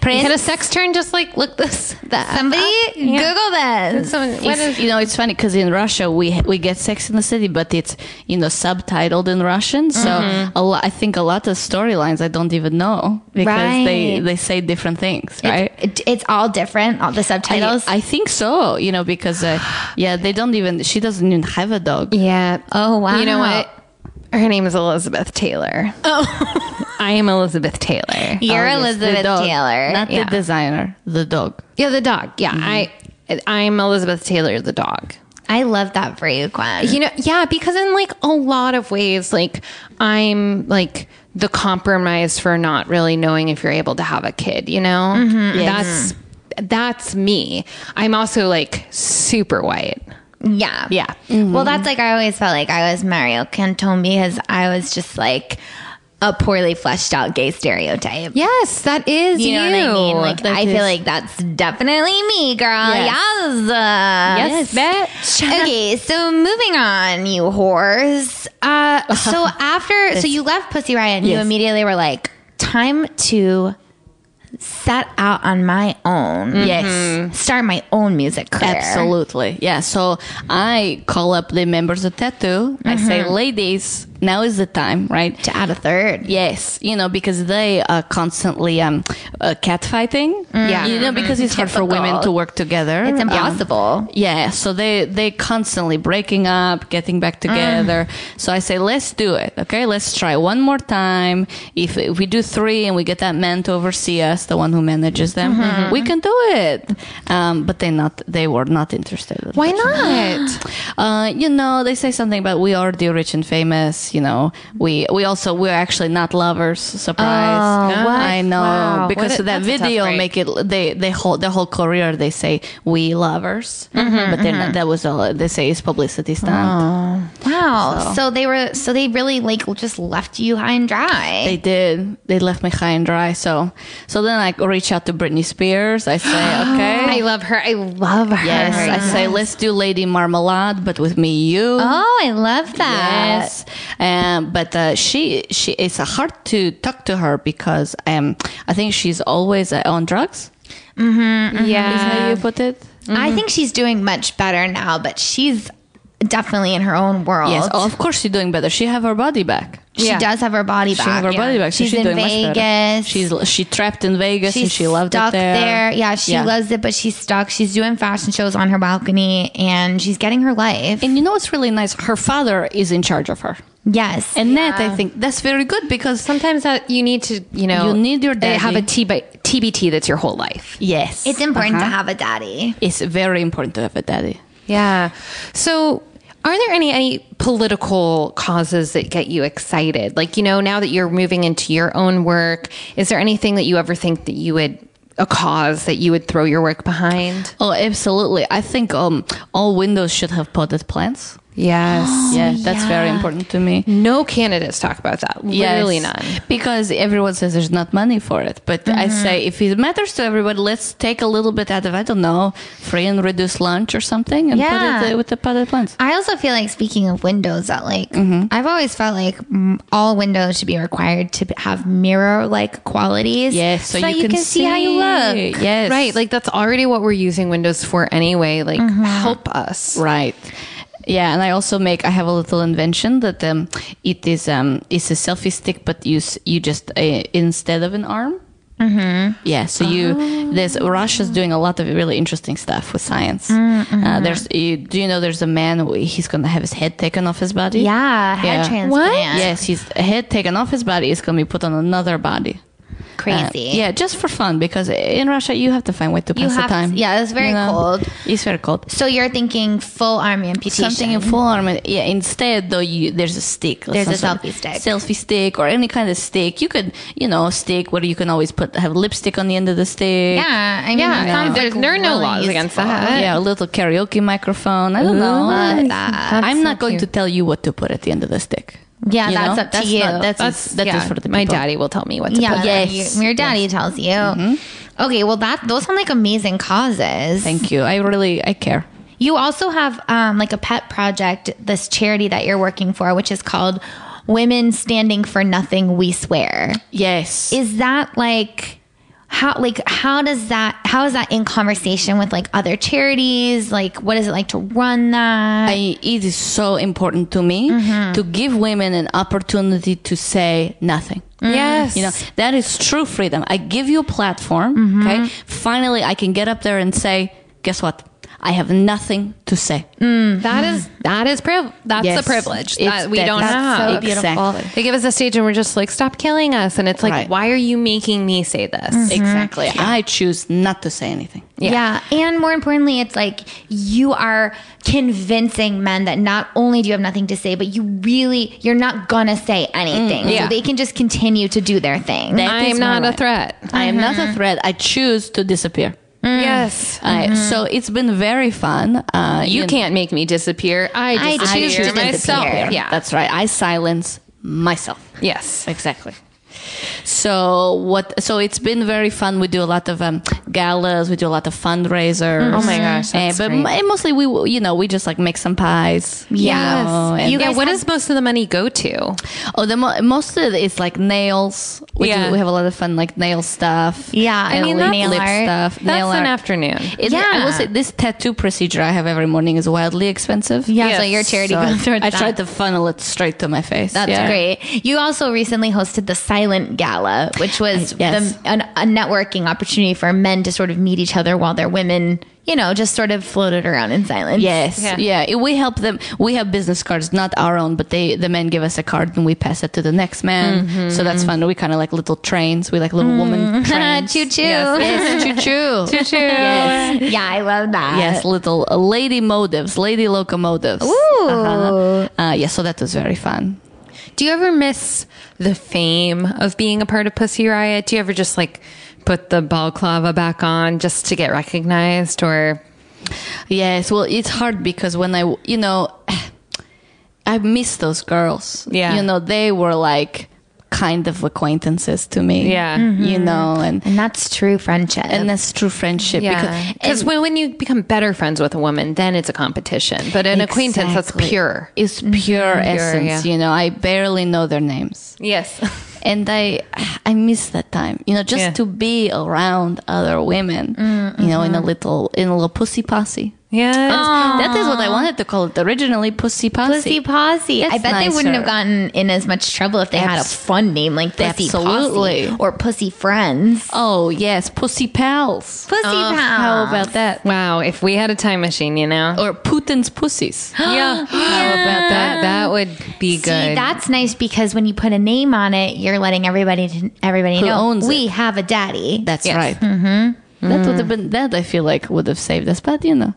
Speaker 2: Can a sex turn just like look this? That
Speaker 1: Somebody Google this.
Speaker 2: Someone- what
Speaker 4: It's- you know, it's funny because in Russia we we get Sex in the City, but it's you know subtitled in Russian. So
Speaker 1: Mm-hmm.
Speaker 4: a lot, I think a lot of storylines I don't even know because they
Speaker 1: Right.
Speaker 4: they say different things, right?
Speaker 1: It, it's all different. All the
Speaker 4: I,
Speaker 1: subtitles.
Speaker 4: I think so, you know, because uh, yeah, they don't even. She doesn't even have a dog.
Speaker 2: Yeah.
Speaker 1: oh wow.
Speaker 2: You know what? Her name is Elizabeth Taylor. Oh. [LAUGHS] I am Elizabeth Taylor.
Speaker 1: You're
Speaker 4: Oh, yes, the
Speaker 1: Elizabeth
Speaker 4: dog.
Speaker 1: Taylor.
Speaker 4: not
Speaker 2: yeah.
Speaker 4: the designer, the dog.
Speaker 2: Yeah, the dog. Yeah, I I'm Elizabeth Taylor the dog.
Speaker 1: I love that for you, Gwen.
Speaker 2: You know, yeah, because in like a lot of ways like I'm like the compromise for not really knowing if you're able to have a kid, you know? That's that's me. I'm also like super white.
Speaker 1: Yeah.
Speaker 2: Yeah.
Speaker 1: Well, that's like I always felt like I was Mario Cantone because I was just like a poorly fleshed out gay stereotype.
Speaker 2: Yes, that is you.
Speaker 1: You know what I mean? Like
Speaker 4: That
Speaker 1: I
Speaker 4: is-
Speaker 1: feel like that's definitely me, girl.
Speaker 4: Yes.
Speaker 1: Yes.
Speaker 4: Yes,
Speaker 1: bitch. Okay, so moving on, you whores. Uh,
Speaker 4: [LAUGHS]
Speaker 1: so after, so you left Pussy Riot, and you
Speaker 4: Yes.
Speaker 1: immediately were like, time to set out on my own.
Speaker 4: Mm-hmm. Yes.
Speaker 1: Start my own music career.
Speaker 4: Absolutely. Yeah. So I call up the members of Tattoo. I say,
Speaker 1: Mm-hmm.
Speaker 4: ladies, now is the time, right?
Speaker 1: To add a third.
Speaker 4: Yes, you know because they are constantly um, uh, catfighting.
Speaker 2: Yeah.
Speaker 4: you know because it's hard for women
Speaker 1: Mm. Mm-hmm. Typical.
Speaker 4: to work together.
Speaker 1: It's
Speaker 4: Um,
Speaker 1: impossible.
Speaker 4: yeah, so they they constantly breaking up, getting
Speaker 2: Mm.
Speaker 4: back together. So I say, let's do it. Okay, let's try one more time. If, if we do three and we get that man to oversee us, the one who manages them,
Speaker 2: Mm-hmm.
Speaker 4: we can do it. Um, but they not they were not interested.
Speaker 2: Why not?
Speaker 4: [GASPS] Uh, you know, they say something about we are the rich and famous. You know, we we also we're actually not lovers. Surprise!
Speaker 1: Oh, what?
Speaker 4: I know
Speaker 1: Wow. What
Speaker 4: because
Speaker 1: a-
Speaker 4: that
Speaker 1: that's a tough
Speaker 4: video
Speaker 1: break.
Speaker 4: make it they they whole the whole career they say we lovers,
Speaker 1: Mm-hmm,
Speaker 4: but then that was all they say is publicity
Speaker 1: Oh.
Speaker 4: stunt.
Speaker 1: Wow. So. they were so they really like just left you high and dry.
Speaker 4: They did. They left me high and dry. So so then I reach out to Britney Spears.
Speaker 1: [GASPS]
Speaker 4: I say okay.
Speaker 2: I love her. I love her.
Speaker 4: Yes, I say let's do Lady Marmalade, but with me you.
Speaker 1: oh, I love that.
Speaker 4: Yes, um, but uh, she she it's uh, hard to talk to her because um, I think she's always uh, on drugs.
Speaker 2: Yeah.
Speaker 4: Is how you put it?
Speaker 1: I think she's doing much better now, but she's definitely in her own world.
Speaker 4: Yes, oh, of course she's doing better. She have her body back.
Speaker 1: She
Speaker 2: Yeah.
Speaker 1: does have her body back.
Speaker 4: She have her body back. So
Speaker 1: she's
Speaker 4: she's
Speaker 1: in
Speaker 4: doing much better.
Speaker 1: Vegas.
Speaker 4: She's she trapped in Vegas and
Speaker 1: She's
Speaker 4: she loved
Speaker 1: stuck
Speaker 4: it there.
Speaker 1: Yeah, she
Speaker 4: Yeah.
Speaker 1: loves it, but she's stuck. She's doing fashion shows on her balcony, and she's getting her life.
Speaker 4: And you know what's really nice? Her father is in charge of her,
Speaker 1: yes,
Speaker 4: and that I think that's very good because
Speaker 2: Sometimes that you need to, you know,
Speaker 4: You need your
Speaker 2: they have a
Speaker 4: daddy.
Speaker 2: TB- TBT that's your whole life.
Speaker 4: yes,
Speaker 1: it's important to
Speaker 4: Uh-huh.
Speaker 1: have a daddy.
Speaker 4: It's very important to have a daddy.
Speaker 2: Yeah. So, are there any any political causes that get you excited? Like, you know, now that you're moving into your own work, is there anything that you ever think that you would a cause that you would throw your work behind?
Speaker 4: Oh, absolutely. I think um, all windows should have potted plants.
Speaker 2: Yes.
Speaker 4: yeah, that's very
Speaker 1: Oh, yeah.
Speaker 4: important to me.
Speaker 2: [GASPS] No candidates talk about that. Literally
Speaker 4: Yes.
Speaker 2: none.
Speaker 4: Because everyone says there's not money for it. But I
Speaker 1: Mm-hmm.
Speaker 4: say if it matters to everybody, let's take a little bit out of, I don't know, free and reduced lunch or something and put it
Speaker 1: Yeah.
Speaker 4: uh, with the potted plants.
Speaker 1: I also feel like speaking of windows, that like
Speaker 4: Mm-hmm.
Speaker 1: I've always felt like mm, all windows should be required to have mirror like qualities.
Speaker 4: Yes, so,
Speaker 1: so, you, can, see how you look.
Speaker 4: Yes.
Speaker 2: Right. Like that's already what we're using Windows for anyway. Like help us.
Speaker 4: Right. Yeah, and I also make I have a little invention that um, it is um, it's a selfie stick, but you s- you just uh, instead of an arm. Mm-hmm. Yeah, so
Speaker 1: Oh.
Speaker 4: you there's Russia's doing a lot of really interesting stuff with science.
Speaker 1: Mm,
Speaker 4: Uh,
Speaker 1: mm-hmm.
Speaker 4: there's you, do you know there's a man who- he's gonna have his head taken off his body.
Speaker 1: Yeah, head
Speaker 4: Yeah.
Speaker 1: transplant.
Speaker 2: What?
Speaker 4: Yes, his head taken off his body is gonna be put on another body. Uh,
Speaker 1: crazy.
Speaker 4: yeah, just for fun because in Russia you have to find way to pass
Speaker 1: you
Speaker 4: the
Speaker 1: have.
Speaker 4: time.
Speaker 1: yeah, it's very
Speaker 4: you know?
Speaker 1: cold.
Speaker 4: It's very cold.
Speaker 1: So you're thinking full arm amputation.
Speaker 4: Something in full armor. Yeah. Instead, though, you there's a stick. or
Speaker 1: There's a
Speaker 4: some
Speaker 1: selfie
Speaker 4: sort of
Speaker 1: stick.
Speaker 4: Selfie stick or any kind of stick. You could, you know, stick where you can always put have lipstick on the end of the stick.
Speaker 1: Yeah, I mean,
Speaker 2: Yeah,
Speaker 1: it sounds
Speaker 2: there's-
Speaker 1: like
Speaker 2: there are no
Speaker 1: really
Speaker 2: laws against
Speaker 1: useful.
Speaker 2: that.
Speaker 4: Yeah, a little karaoke microphone. I don't know.
Speaker 1: love
Speaker 4: I-
Speaker 1: that.
Speaker 4: I'm not going to tell you what to put at the end of the stick.
Speaker 1: Yeah,
Speaker 4: You
Speaker 1: that's
Speaker 4: know?
Speaker 1: up to you.
Speaker 4: Not, that's that's,
Speaker 2: That's yeah,
Speaker 4: for the
Speaker 2: my
Speaker 4: people.
Speaker 2: daddy will tell me what to
Speaker 1: yeah,
Speaker 2: put.
Speaker 1: that
Speaker 4: Yes.
Speaker 1: you- your daddy tells you. Okay, well that those sound like amazing causes.
Speaker 4: Thank you. I really I care.
Speaker 1: You also have um, like a pet project, this charity that you're working for, which is called Women Standing for Nothing We Swear.
Speaker 4: Yes.
Speaker 1: Is that like how like how does that how is that in conversation with like other charities? Like what is it like to run that?
Speaker 4: I, it is so important to me
Speaker 1: Mm-hmm.
Speaker 4: to give women an opportunity to say nothing.
Speaker 2: Yes.
Speaker 4: You know, that is true freedom. I give you a platform.
Speaker 2: Mm-hmm.
Speaker 4: Okay. Finally, I can get up there and say, guess what? I have nothing to say.
Speaker 2: Mm-hmm. That is that is priv- that's
Speaker 4: Yes.
Speaker 2: a privilege
Speaker 4: It's-
Speaker 2: that we
Speaker 4: that-
Speaker 2: don't
Speaker 4: that's so
Speaker 2: have.
Speaker 4: beautiful. Exactly.
Speaker 2: They give us a stage and we're just like, stop killing us. And it's like,
Speaker 4: Right. Mm-hmm.
Speaker 2: why are you making me say this?
Speaker 4: Exactly. I choose not to say anything.
Speaker 1: Yeah. And more importantly, it's like you are convincing men that not only do you have nothing to say, but you really, you're not going to say anything.
Speaker 2: yeah.
Speaker 1: So they can just continue to do their thing.
Speaker 4: That
Speaker 2: I
Speaker 4: is
Speaker 2: am
Speaker 4: my
Speaker 2: not a
Speaker 4: right.
Speaker 2: threat.
Speaker 4: I am not
Speaker 2: Mm-hmm.
Speaker 4: a threat. I choose to disappear.
Speaker 2: Yes.
Speaker 4: I- so it's been very fun. Uh,
Speaker 2: Mm-hmm. You
Speaker 4: know,
Speaker 2: can't make me disappear. I
Speaker 1: I
Speaker 2: disappear
Speaker 1: choose to disappear.
Speaker 2: myself. Yeah.
Speaker 4: That's right. I silence myself.
Speaker 2: yes.
Speaker 4: Exactly. So what? So it's been very fun. We do a lot of um, galas. We do a lot of fundraisers.
Speaker 2: Oh my gosh,
Speaker 4: Eh,
Speaker 2: that's
Speaker 4: but
Speaker 2: great.
Speaker 4: m- mostly we, will- you know, we just like make some pies. you
Speaker 1: Yes.
Speaker 4: know, and-
Speaker 1: You
Speaker 2: yeah,
Speaker 1: guys
Speaker 2: what
Speaker 1: have-
Speaker 2: does most of the money go to?
Speaker 4: oh, the mo- most of it is like nails. We
Speaker 2: Yeah.
Speaker 4: do, we have a lot of fun like nail stuff.
Speaker 1: Yeah, I
Speaker 4: and
Speaker 1: mean,
Speaker 4: lip,
Speaker 1: that's-
Speaker 4: lip stuff.
Speaker 2: That's
Speaker 4: nail
Speaker 2: an
Speaker 4: art.
Speaker 2: afternoon.
Speaker 4: It- I
Speaker 1: Yeah.
Speaker 4: will say this tattoo procedure I have every morning is wildly expensive.
Speaker 1: Yeah, so your charity
Speaker 4: So I,
Speaker 1: goes towards
Speaker 4: I
Speaker 1: that.
Speaker 4: tried to funnel it straight to my face.
Speaker 1: That's
Speaker 4: Yeah.
Speaker 1: great. You also recently hosted the Silent Gala, which was
Speaker 4: Yes.
Speaker 1: the, an, a networking opportunity for men to sort of meet each other while their women, you know, just sort of floated around in silence.
Speaker 4: Yes,
Speaker 2: Yeah.
Speaker 4: yeah. It- We help them. We have business cards, not our own, but they the men give us a card and we pass it to the next man. So that's fun. We kind of like little trains. We like little woman
Speaker 1: [LAUGHS] [LAUGHS]
Speaker 4: trains.
Speaker 1: choo choo.
Speaker 4: yes, choo choo.
Speaker 2: [LAUGHS] Choo-choo.
Speaker 1: [LAUGHS] Yeah, I love that.
Speaker 4: Yes, little uh, lady motives, lady locomotives.
Speaker 1: Ooh.
Speaker 4: Uh-huh. Uh, yeah, so that was very fun.
Speaker 2: Do you ever miss the fame of being a part of Pussy Riot? Do you ever just like put the balaclava back on just to get recognized or
Speaker 4: Yes, well, it's hard because when I, you know, [SIGHS] I miss those girls.
Speaker 2: Yeah.
Speaker 4: You know, they were like kind of acquaintances to me.
Speaker 2: Yeah. Mhm.
Speaker 4: You know, and,
Speaker 1: And that's true friendship.
Speaker 4: and that's true friendship.
Speaker 2: yeah because when, when you become better friends with a woman then it's a competition but an acquaintance that's
Speaker 4: Exactly.
Speaker 2: pure
Speaker 4: It's pure essence.
Speaker 2: yeah.
Speaker 4: You know, I barely know their names.
Speaker 2: [LAUGHS] yes
Speaker 4: and I [SIGHS] I miss that time. You know, just
Speaker 2: Yeah. Mm,
Speaker 4: to be around other women. You know,
Speaker 2: mm-hmm.
Speaker 4: in a little in a little pussy posse. Oh.
Speaker 2: yeah
Speaker 4: That is what I wanted to call it originally, pussy posse.
Speaker 1: Pussy Posse.
Speaker 4: That's
Speaker 1: I bet they wouldn't
Speaker 4: nicer.
Speaker 1: have gotten in as much trouble if they had a
Speaker 4: Abs-
Speaker 1: fun name like Pussy
Speaker 4: Absolutely.
Speaker 1: Posse or Pussy Friends.
Speaker 4: Oh yes, pussy pals.
Speaker 1: Pussy
Speaker 4: Oh, How about that?
Speaker 2: wow if we had a time machine you
Speaker 4: [GASPS]
Speaker 2: know
Speaker 4: Or
Speaker 2: [GASPS]
Speaker 4: Putin's pussies.
Speaker 2: yeah how about that that would be
Speaker 1: See,
Speaker 2: good
Speaker 1: that's nice because when you put a name on it, you're letting everybody to, everybody
Speaker 4: Who
Speaker 1: know
Speaker 4: owns
Speaker 1: we have a daddy.
Speaker 4: That's right. Mm-hmm. That would have
Speaker 2: Mm.
Speaker 4: been that. I feel like would have saved us, but you know,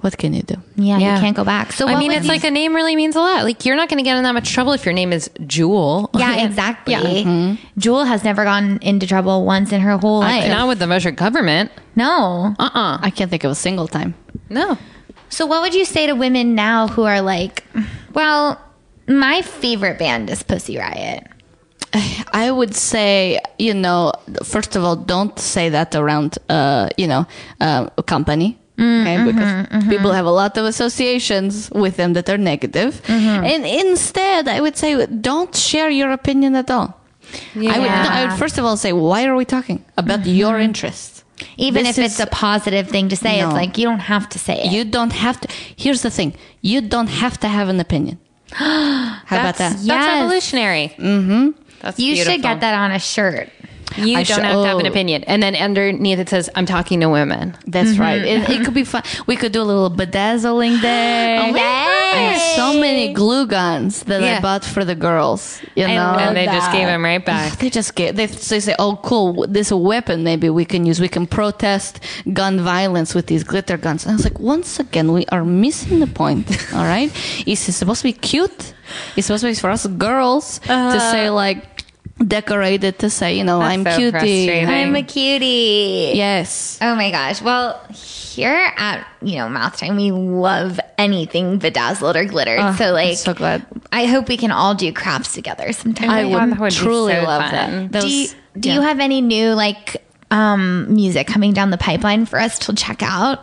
Speaker 4: what can you do?
Speaker 1: yeah,
Speaker 2: Yeah.
Speaker 1: you can't go back. So
Speaker 2: I
Speaker 1: what
Speaker 2: mean,
Speaker 1: would
Speaker 2: it's
Speaker 1: you-
Speaker 2: like a name really means a lot. Like, you're not going to get in that much trouble if your name is Jewel.
Speaker 1: [LAUGHS]
Speaker 2: [LAUGHS]
Speaker 1: yeah, exactly.
Speaker 2: Mm-hmm.
Speaker 1: Jewel has never gotten into trouble once in her whole life.
Speaker 2: Not with the measured government.
Speaker 1: No.
Speaker 2: Uh uh
Speaker 4: I can't think of a single time.
Speaker 2: No.
Speaker 1: So, what would you say to women now who are like, well, my favorite band is Pussy Riot?
Speaker 4: I would say, you know, first of all, don't say that around, uh, you know, uh, a company.
Speaker 1: Mm, mm-hmm,
Speaker 4: Okay, because people have a lot of associations with them that are negative.
Speaker 1: Mm-hmm.
Speaker 4: And instead, I would say, don't share your opinion at all. I, would,
Speaker 1: Yeah. Mm-hmm.
Speaker 4: I would first of all say, why are we talking about your interests?
Speaker 1: Even if
Speaker 4: This is-
Speaker 1: it's a positive thing to say,
Speaker 4: No.
Speaker 1: it's like you don't have to say it.
Speaker 4: You don't have to. Here's the thing you don't have to have an
Speaker 1: [GASPS]
Speaker 4: opinion. How about that?
Speaker 2: That's
Speaker 1: Yes.
Speaker 2: revolutionary. Mm-hmm. That's
Speaker 1: You
Speaker 2: beautiful.
Speaker 1: should get that on a shirt.
Speaker 2: You
Speaker 4: I
Speaker 2: don't
Speaker 4: should-
Speaker 2: have to have an
Speaker 4: oh.
Speaker 2: opinion. And then underneath it says, I'm talking to women.
Speaker 4: That's right. It, it could be fun. We could do a
Speaker 1: [GASPS]
Speaker 4: little bedazzling day.
Speaker 1: Mm-hmm. Oh my
Speaker 4: I have so
Speaker 1: gosh.
Speaker 4: many glue guns that
Speaker 2: Yeah.
Speaker 4: I bought for the girls. You know,
Speaker 2: and they just gave them right back.
Speaker 4: They just get. They, they say, "Oh, cool! This is a weapon. Maybe we can use. We can protest gun violence with these glitter guns." And I was like, "Once again, we are missing the point. [LAUGHS] All right, it's supposed to be cute. It's supposed to be for us girls to say like." Decorate it to say, you know,
Speaker 2: Uh, That's
Speaker 4: I'm
Speaker 2: so
Speaker 4: cutie.
Speaker 2: frustrating.
Speaker 1: I'm a cutie.
Speaker 4: Yes.
Speaker 1: Oh my gosh. Well, here at, you know, Mouth Time, we love anything bedazzled or glittered. so, like,
Speaker 4: so glad. Oh
Speaker 1: I hope we can all do crafts together sometime.
Speaker 4: I
Speaker 2: God,
Speaker 4: would,
Speaker 2: that would be
Speaker 4: truly
Speaker 2: so
Speaker 4: love
Speaker 2: fun.
Speaker 4: that. that.
Speaker 1: do you,
Speaker 4: was-
Speaker 1: do
Speaker 4: yeah.
Speaker 1: you have any new, like, um, music coming down the pipeline for us to check out?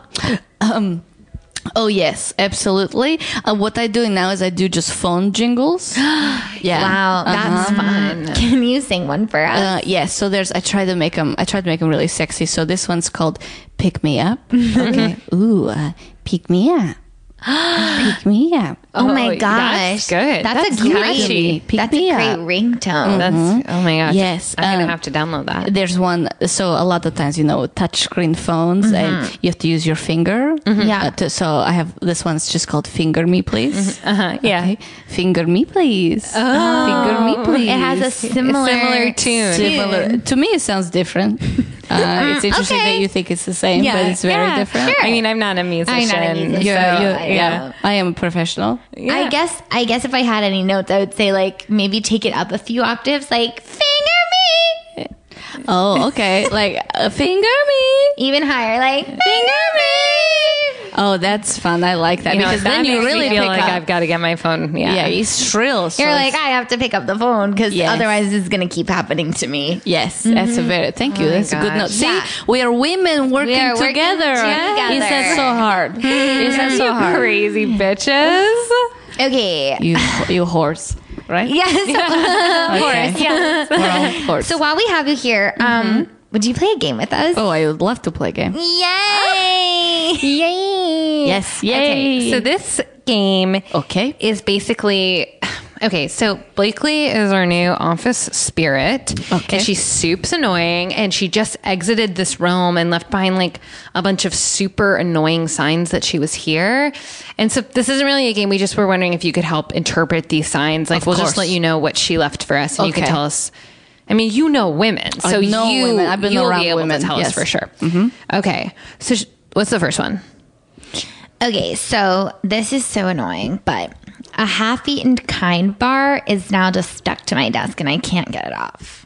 Speaker 4: Oh yes, absolutely. Uh, what I do now is I do just
Speaker 2: [GASPS]
Speaker 4: phone jingles. yeah.
Speaker 1: Wow, that's fun. [LAUGHS] Can you sing one for us?
Speaker 4: Um, Uh, yeah, so there's. I try to make them. I try to make them really sexy. So this one's called "Pick Me Up." Okay. Ooh, uh, pick me up. pick me up. Um,
Speaker 1: oh, my
Speaker 2: that's
Speaker 1: gosh,
Speaker 2: good.
Speaker 1: That's,
Speaker 2: That's
Speaker 1: a
Speaker 4: catchy.
Speaker 1: great.
Speaker 4: Pick
Speaker 1: That's
Speaker 4: me
Speaker 1: a great
Speaker 4: up.
Speaker 1: ringtone.
Speaker 2: That's oh my gosh.
Speaker 4: Mm-hmm. Yes,
Speaker 2: I'm gonna
Speaker 4: um,
Speaker 2: have to download that.
Speaker 4: There's one. So a lot of times, you know, touch screen phones, and you have to use your finger.
Speaker 1: Yeah.
Speaker 4: Uh, to- so I have this one's just called "Finger Me, Please."
Speaker 2: Uh-huh, yeah.
Speaker 4: Okay. Finger me, please. Finger me, please.
Speaker 1: It has a similar,
Speaker 2: similar tune.
Speaker 4: Similar- To me, it sounds different. Uh, it's interesting
Speaker 1: okay.
Speaker 4: that you think it's the same,
Speaker 2: Yeah,
Speaker 4: but it's very
Speaker 2: yeah,
Speaker 4: different.
Speaker 2: I mean, I'm not a musician.
Speaker 1: musician.
Speaker 4: You're,
Speaker 1: So,
Speaker 4: you're-
Speaker 1: I
Speaker 4: yeah,
Speaker 1: know.
Speaker 4: I am a professional.
Speaker 1: I guess I guess if I had any notes, I would say like maybe take it up a few octaves, like finger me,
Speaker 4: Oh, okay. [LAUGHS] like uh, finger me.
Speaker 1: even higher, like finger me.
Speaker 4: [LAUGHS] Oh, that's fun. I like that
Speaker 2: You know,
Speaker 4: because
Speaker 2: that
Speaker 4: then you
Speaker 2: makes me
Speaker 4: really
Speaker 2: feel
Speaker 4: pick
Speaker 2: like
Speaker 4: up.
Speaker 2: I've got to get my phone. Yeah.
Speaker 4: yeah, "Ah." it's shrill. So
Speaker 1: You're
Speaker 4: it's-
Speaker 1: like I have to pick up the phone because
Speaker 4: Yes.
Speaker 1: otherwise it's gonna keep happening to me.
Speaker 4: Yes, that's a very thank you. that's a good note. See,
Speaker 1: Yeah.
Speaker 4: we are women working,
Speaker 1: are working
Speaker 4: together.
Speaker 1: together.
Speaker 4: Is that so hard? [LAUGHS] Is that so hard?
Speaker 2: Crazy bitches.
Speaker 1: Okay.
Speaker 4: You you horse, right? [LAUGHS]
Speaker 1: Yes, of course.
Speaker 4: We're all horse.
Speaker 1: So while we have you here, um, would you play a game with us?
Speaker 4: Mm-hmm. oh, I would love to play a game.
Speaker 1: Yay! Yay!
Speaker 4: Yes, yay!
Speaker 2: Okay, so this game
Speaker 4: Okay.
Speaker 2: is basically okay. So Blakely is our new office spirit,
Speaker 4: Okay.
Speaker 2: and she's soups annoying, and she just exited this realm and left behind like a bunch of super annoying signs that she was here. And so this isn't really a game. We just were wondering if you could help interpret these signs. Like
Speaker 4: Of
Speaker 2: we'll
Speaker 4: course.
Speaker 2: just let you know what she left for us, and you can
Speaker 4: Okay.
Speaker 2: tell us. I mean, you know women, so
Speaker 4: know
Speaker 2: you
Speaker 4: women. I've been
Speaker 2: you'll
Speaker 4: around
Speaker 2: be able
Speaker 4: women,
Speaker 2: to tell
Speaker 4: yes. Mm-hmm.
Speaker 2: us for sure. Okay, so sh- what's the first one?
Speaker 1: Okay, so this is so annoying, but a half-eaten kind bar is now just stuck to my desk and I can't get it off.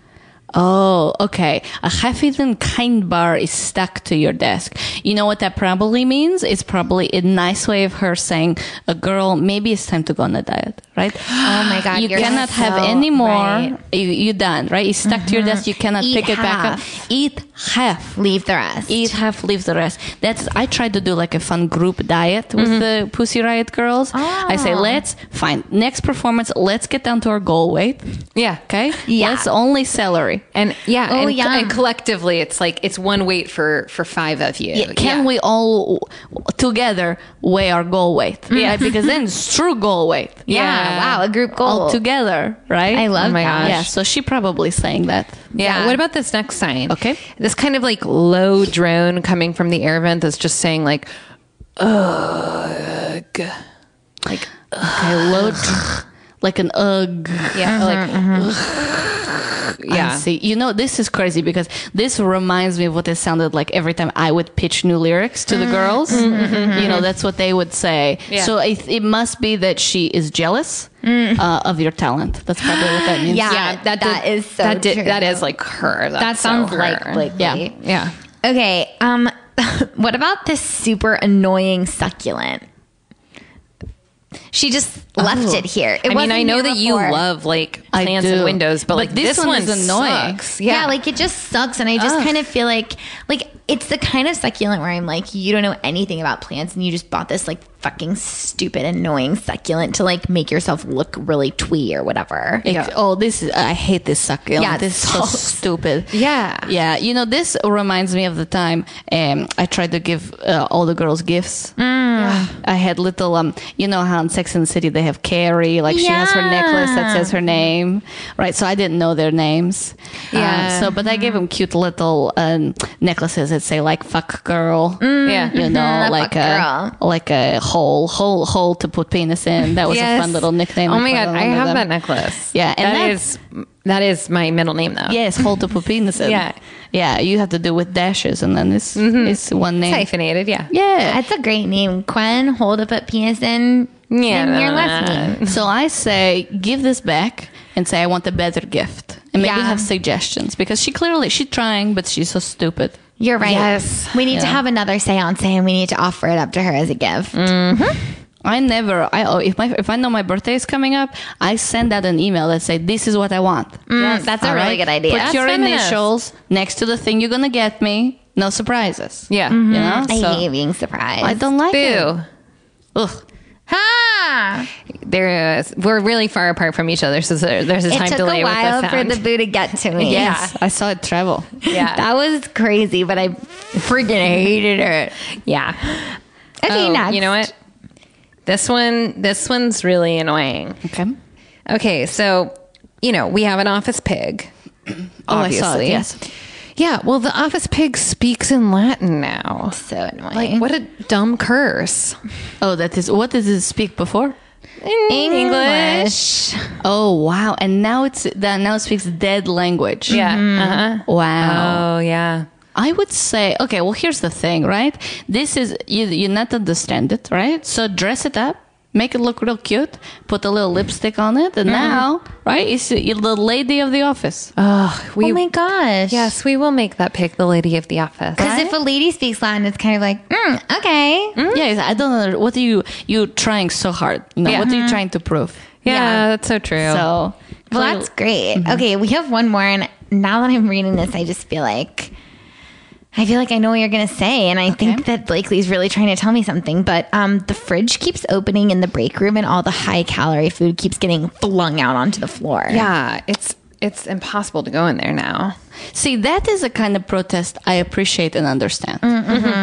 Speaker 4: Oh, okay. A half-eaten kind bar is stuck to your desk. You know what that probably means? It's probably a nice way of her saying, "A girl, maybe it's time to go on a diet,"
Speaker 1: [GASPS]
Speaker 4: right?
Speaker 1: [GASPS] Oh my god!
Speaker 4: you
Speaker 1: you're
Speaker 4: cannot
Speaker 1: so
Speaker 4: have any more.
Speaker 1: right. Mm-hmm.
Speaker 4: You, you're done, right? It's stuck to your desk. You cannot
Speaker 1: Eat
Speaker 4: pick it back up.
Speaker 1: half.
Speaker 4: Eat half.
Speaker 1: Leave the rest.
Speaker 4: Eat half, leave the rest. That's I tried to do like a fun group diet
Speaker 1: Mm-hmm.
Speaker 4: with the Pussy Riot girls. I
Speaker 1: Oh.
Speaker 4: say, let's fine next performance. Let's get down to our goal weight.
Speaker 2: Yeah.
Speaker 4: Okay.
Speaker 1: Yeah.
Speaker 4: Let's only celery.
Speaker 2: And yeah,
Speaker 1: Oh,
Speaker 2: and,
Speaker 1: yum.
Speaker 2: and collectively, it's like it's one weight for for five of you.
Speaker 4: Uh, Yeah, can we all w- together weigh our goal weight? Right? Because then [LAUGHS] it's true goal weight.
Speaker 1: yeah, wow, a group goal.
Speaker 4: All together, right?
Speaker 1: I love
Speaker 2: Oh my
Speaker 1: that.
Speaker 2: gosh.
Speaker 4: Yeah, so she probably saying that.
Speaker 2: Yeah.
Speaker 1: Yeah.
Speaker 2: What about this next sign?
Speaker 4: Okay.
Speaker 2: This kind of like low drone coming from the air vent that's just saying like, ugh. Like,
Speaker 4: Okay, low, [SIGHS] dr- like an ugh.
Speaker 2: yeah. Like,
Speaker 4: Uh-huh, Yeah.
Speaker 2: yeah.
Speaker 4: See, you know, this is crazy because this reminds me of what it sounded like every time I would pitch new lyrics to the girls. You know, that's what they would say.
Speaker 2: Yeah.
Speaker 4: So it, it must be that she is jealous uh, of your talent. That's probably what [LAUGHS] that means.
Speaker 1: Yeah, that is so
Speaker 2: that
Speaker 1: true.
Speaker 2: That is like her. That's
Speaker 1: that sounds
Speaker 2: so her.
Speaker 1: like Blakely.
Speaker 4: Yeah.
Speaker 2: Yeah.
Speaker 1: Okay. Um, [LAUGHS] what about this super annoying succulent? She just left it here. It
Speaker 2: I mean,
Speaker 1: wasn't
Speaker 2: I know
Speaker 1: here
Speaker 2: that you
Speaker 1: before.
Speaker 2: love like
Speaker 4: I
Speaker 2: plants
Speaker 4: do.
Speaker 2: and windows, but,
Speaker 4: But
Speaker 2: like this,
Speaker 4: this one
Speaker 2: one
Speaker 4: is annoying.
Speaker 2: Sucks.
Speaker 1: Yeah.
Speaker 2: Yeah.
Speaker 1: like it just sucks, and I just kind of feel like like it's the kind of succulent where I'm like, you don't know anything about plants, and you just bought this like fucking stupid, annoying succulent to like make yourself look really twee or whatever.
Speaker 4: Like, Oh, this is, I hate this sucker.
Speaker 1: Yeah,
Speaker 4: Yeah, this is so
Speaker 1: sucks.
Speaker 4: stupid.
Speaker 2: Yeah.
Speaker 4: Yeah. You know, this reminds me of the time um, I tried to give uh, all the girls gifts.
Speaker 2: Mm.
Speaker 4: I had little, um, you know how in Sex and the City they have Carrie, like she has her necklace that says her name, right? So I didn't know their names.
Speaker 2: Yeah.
Speaker 4: Um, so, but I gave them cute little um, necklaces that say like "fuck girl,"
Speaker 2: Mm. Yeah.
Speaker 4: you
Speaker 2: [LAUGHS]
Speaker 4: know, like a
Speaker 1: girl.
Speaker 4: like a hole, hole, hole to put penis in. That was a fun little nickname.
Speaker 2: Oh my
Speaker 4: for
Speaker 2: god,
Speaker 4: one
Speaker 2: I
Speaker 4: of
Speaker 2: have
Speaker 4: them.
Speaker 2: that necklace.
Speaker 4: Yeah, and
Speaker 2: that
Speaker 4: that-
Speaker 2: is that is my middle name though.
Speaker 4: Yes, hold the penis in.
Speaker 2: Yeah.
Speaker 4: Yeah, you have to do with dashes and then it's
Speaker 1: Mm-hmm.
Speaker 4: it's one name.
Speaker 2: Hyphenated. Yeah.
Speaker 4: Yeah.
Speaker 1: That's a great name, Quen. Hold up at penis in.
Speaker 2: Yeah,
Speaker 1: in your
Speaker 2: nah,
Speaker 1: last
Speaker 2: nah,
Speaker 1: name.
Speaker 4: So I say give this back and say I want a better gift. And maybe
Speaker 1: Yeah.
Speaker 4: have suggestions because she clearly she's trying but she's so stupid.
Speaker 1: You're right.
Speaker 2: Yes.
Speaker 1: We need to have another seance and we need to offer it up to her as a gift.
Speaker 2: Mm,
Speaker 4: I never I oh, if my if I know my birthday is coming up, I send out an email that say this is what I want.
Speaker 1: Mm, that's a
Speaker 4: All
Speaker 1: really
Speaker 4: right?
Speaker 1: good idea.
Speaker 4: Put
Speaker 1: That's
Speaker 4: your
Speaker 2: feminist.
Speaker 4: initials next to the thing you're going to get me. No surprises.
Speaker 2: Yeah.
Speaker 4: You know?
Speaker 1: Mm-hmm. I
Speaker 4: So
Speaker 1: hate being surprised.
Speaker 4: I don't like it.
Speaker 2: Boo.
Speaker 4: Ugh.
Speaker 1: Ha!
Speaker 2: There is, we're really far apart from each other, so there- there's a
Speaker 1: It
Speaker 2: time
Speaker 1: took
Speaker 2: delay
Speaker 1: a
Speaker 2: with
Speaker 1: while
Speaker 2: the
Speaker 1: for
Speaker 2: sound.
Speaker 1: the [LAUGHS] boo to get to me.
Speaker 4: Yes, I saw it travel.
Speaker 2: [LAUGHS] yeah,
Speaker 1: That was crazy, but I freaking hated it.
Speaker 2: yeah.
Speaker 1: Okay,
Speaker 2: Oh,
Speaker 1: next.
Speaker 2: You know what? This one, this one's really annoying.
Speaker 4: Okay.
Speaker 2: Okay, so you know we have an office pig.
Speaker 4: Oh, I saw it.
Speaker 2: obviously.
Speaker 4: Yes.
Speaker 2: Yeah, well, the office pig speaks in Latin now.
Speaker 1: So annoying.
Speaker 2: Like, what a dumb curse.
Speaker 4: Oh, that is. What did it speak before?
Speaker 1: English.
Speaker 4: Oh wow! And now it's that now it speaks dead language.
Speaker 2: Yeah. Uh-huh.
Speaker 4: Wow.
Speaker 2: Oh, yeah.
Speaker 4: I would say, okay, well, here's the thing, right? This is, you, you not understand it, right? So dress it up, make it look real cute, put a little lipstick on it, and now, right, it's the the lady of the office.
Speaker 2: Oh, we,
Speaker 1: oh my gosh.
Speaker 2: yes, we will make that pig the lady of the office.
Speaker 1: Because if a lady speaks Latin, it's kind of like, mm, okay.
Speaker 4: Yeah, it's- I don't know. What are you, you trying so hard? No,
Speaker 2: Yeah.
Speaker 4: what are you trying to prove?
Speaker 2: yeah,
Speaker 1: yeah.
Speaker 2: that's so true.
Speaker 4: So,
Speaker 1: Well, that's great.
Speaker 2: mm-hmm.
Speaker 1: Okay, we have one more. And now that I'm reading this, I just feel like. I feel like I know what you're gonna say, and I think that Blakely's really trying to tell me something. But um, the fridge keeps opening in the break room, and all the high calorie food keeps getting flung out onto the floor.
Speaker 2: yeah, it's it's impossible to go in there now.
Speaker 4: See, that is a kind of protest I appreciate and understand,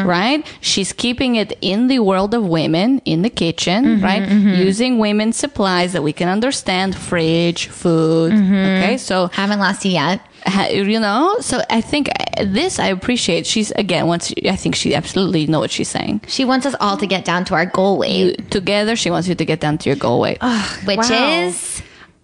Speaker 4: right? She's keeping it in the world of women in the kitchen, right? Using women's supplies that we can understand, fridge, food. Okay, so
Speaker 1: haven't lost you yet.
Speaker 4: ha- you know, so I think uh, this I appreciate. She's again, once I think she absolutely know what she's saying.
Speaker 1: She wants us all to get down to our goal weight,
Speaker 4: You, together, she wants you to get down to your goal weight.
Speaker 1: which
Speaker 2: wow.
Speaker 1: is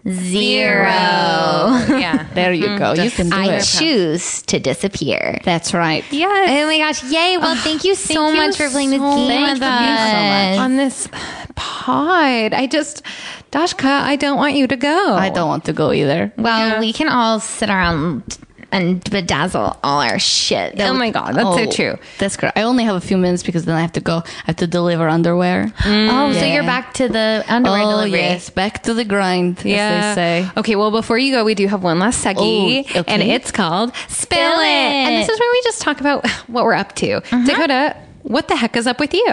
Speaker 1: zero.
Speaker 2: yeah.
Speaker 4: there you go. You can do
Speaker 1: I
Speaker 4: it.
Speaker 1: choose to disappear.
Speaker 4: That's right.
Speaker 2: Yes.
Speaker 1: Oh my gosh! Yay! Well, thank you so
Speaker 2: Thank you
Speaker 1: much for playing this
Speaker 2: so
Speaker 1: game
Speaker 2: much
Speaker 1: with
Speaker 2: for being
Speaker 1: us. Um,
Speaker 4: so much.
Speaker 2: on this pod. I just, Dashka, I don't want you to go.
Speaker 4: I don't want to go either.
Speaker 2: Oh
Speaker 1: Well, we can all sit around and bedazzle all our shit.
Speaker 2: Oh my god, that's so
Speaker 4: Oh,
Speaker 2: true.
Speaker 4: That's correct. I only have a few minutes because then I have to go. I have to deliver underwear.
Speaker 2: Mm,
Speaker 1: Oh, so you're back to the underwear
Speaker 4: oh
Speaker 1: delivery.
Speaker 4: yes, back to the grind, as they say.
Speaker 2: Okay, well, before you go, we do have one last seggy,
Speaker 4: Oh, okay.
Speaker 2: and it's called Spill
Speaker 1: Spill
Speaker 2: It. And this
Speaker 1: It. Uh-huh.
Speaker 2: is where we just talk about [LAUGHS] what we're up to. Dakota, what the heck is up with you?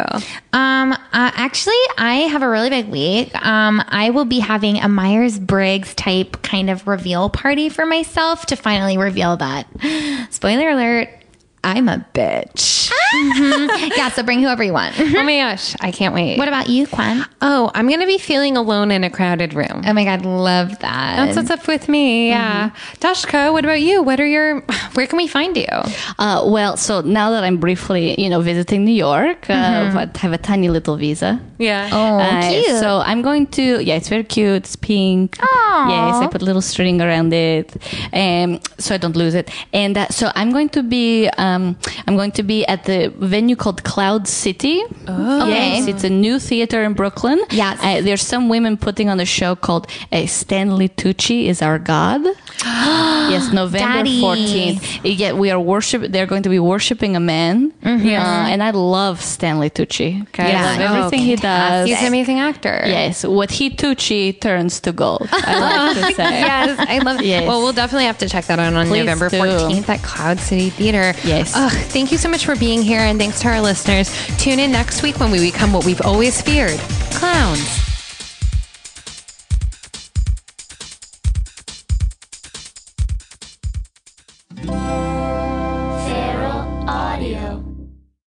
Speaker 1: Um, uh, actually, I have a really big week. Um, I will be having a Myers Briggs type kind of reveal party for myself to finally reveal that. [GASPS] Spoiler alert. I'm a bitch. Mhm. Yeah, so bring whoever you want.
Speaker 2: oh my gosh, I can't wait.
Speaker 1: What about you, Quan?
Speaker 2: oh, I'm going to be feeling alone in a crowded room.
Speaker 1: Oh my God, love that.
Speaker 2: That's what's up with me. Yeah.
Speaker 1: Mm-hmm.
Speaker 2: Dashka, what about you? What are your, [LAUGHS] where can we find you?
Speaker 4: Uh, well, so now that I'm briefly, you know, visiting New York, uh, but have a tiny little visa.
Speaker 2: Mm-hmm. Yeah.
Speaker 1: Oh,
Speaker 4: Uh,
Speaker 1: cute.
Speaker 4: So I'm going to. Yeah, it's very cute. It's pink.
Speaker 1: Aw.
Speaker 4: Yes, I put a little string around it, um, so I don't lose it. And uh, so I'm going to be. Um, I'm going to be at the venue called Cloud City. Oh. Yes, it's a new theater in Brooklyn.
Speaker 1: Yes.
Speaker 4: Uh, there's some women putting on a show called uh, Stanley Tucci is
Speaker 1: [GASPS]
Speaker 4: our God. yes, November
Speaker 1: Daddy.
Speaker 4: 14th. Uh, Yeah, we are worship. They're going to be worshiping a man. Uh, and I love Stanley Tucci. Okay,
Speaker 1: Mm-hmm. Yeah.
Speaker 4: I love
Speaker 1: Oh,
Speaker 4: everything he does.
Speaker 2: He's an amazing actor.
Speaker 4: Yes, what he Tucci turns to gold. I like to say.
Speaker 2: yes, I love it.
Speaker 4: Yes.
Speaker 2: Well, we'll definitely have to check that out on
Speaker 4: Please
Speaker 2: November
Speaker 4: do.
Speaker 2: 14th at Cloud City Theater.
Speaker 4: Yes.
Speaker 2: Ugh, thank you so much for being here, and thanks to our listeners. Tune in next week when we become what we've always feared clowns.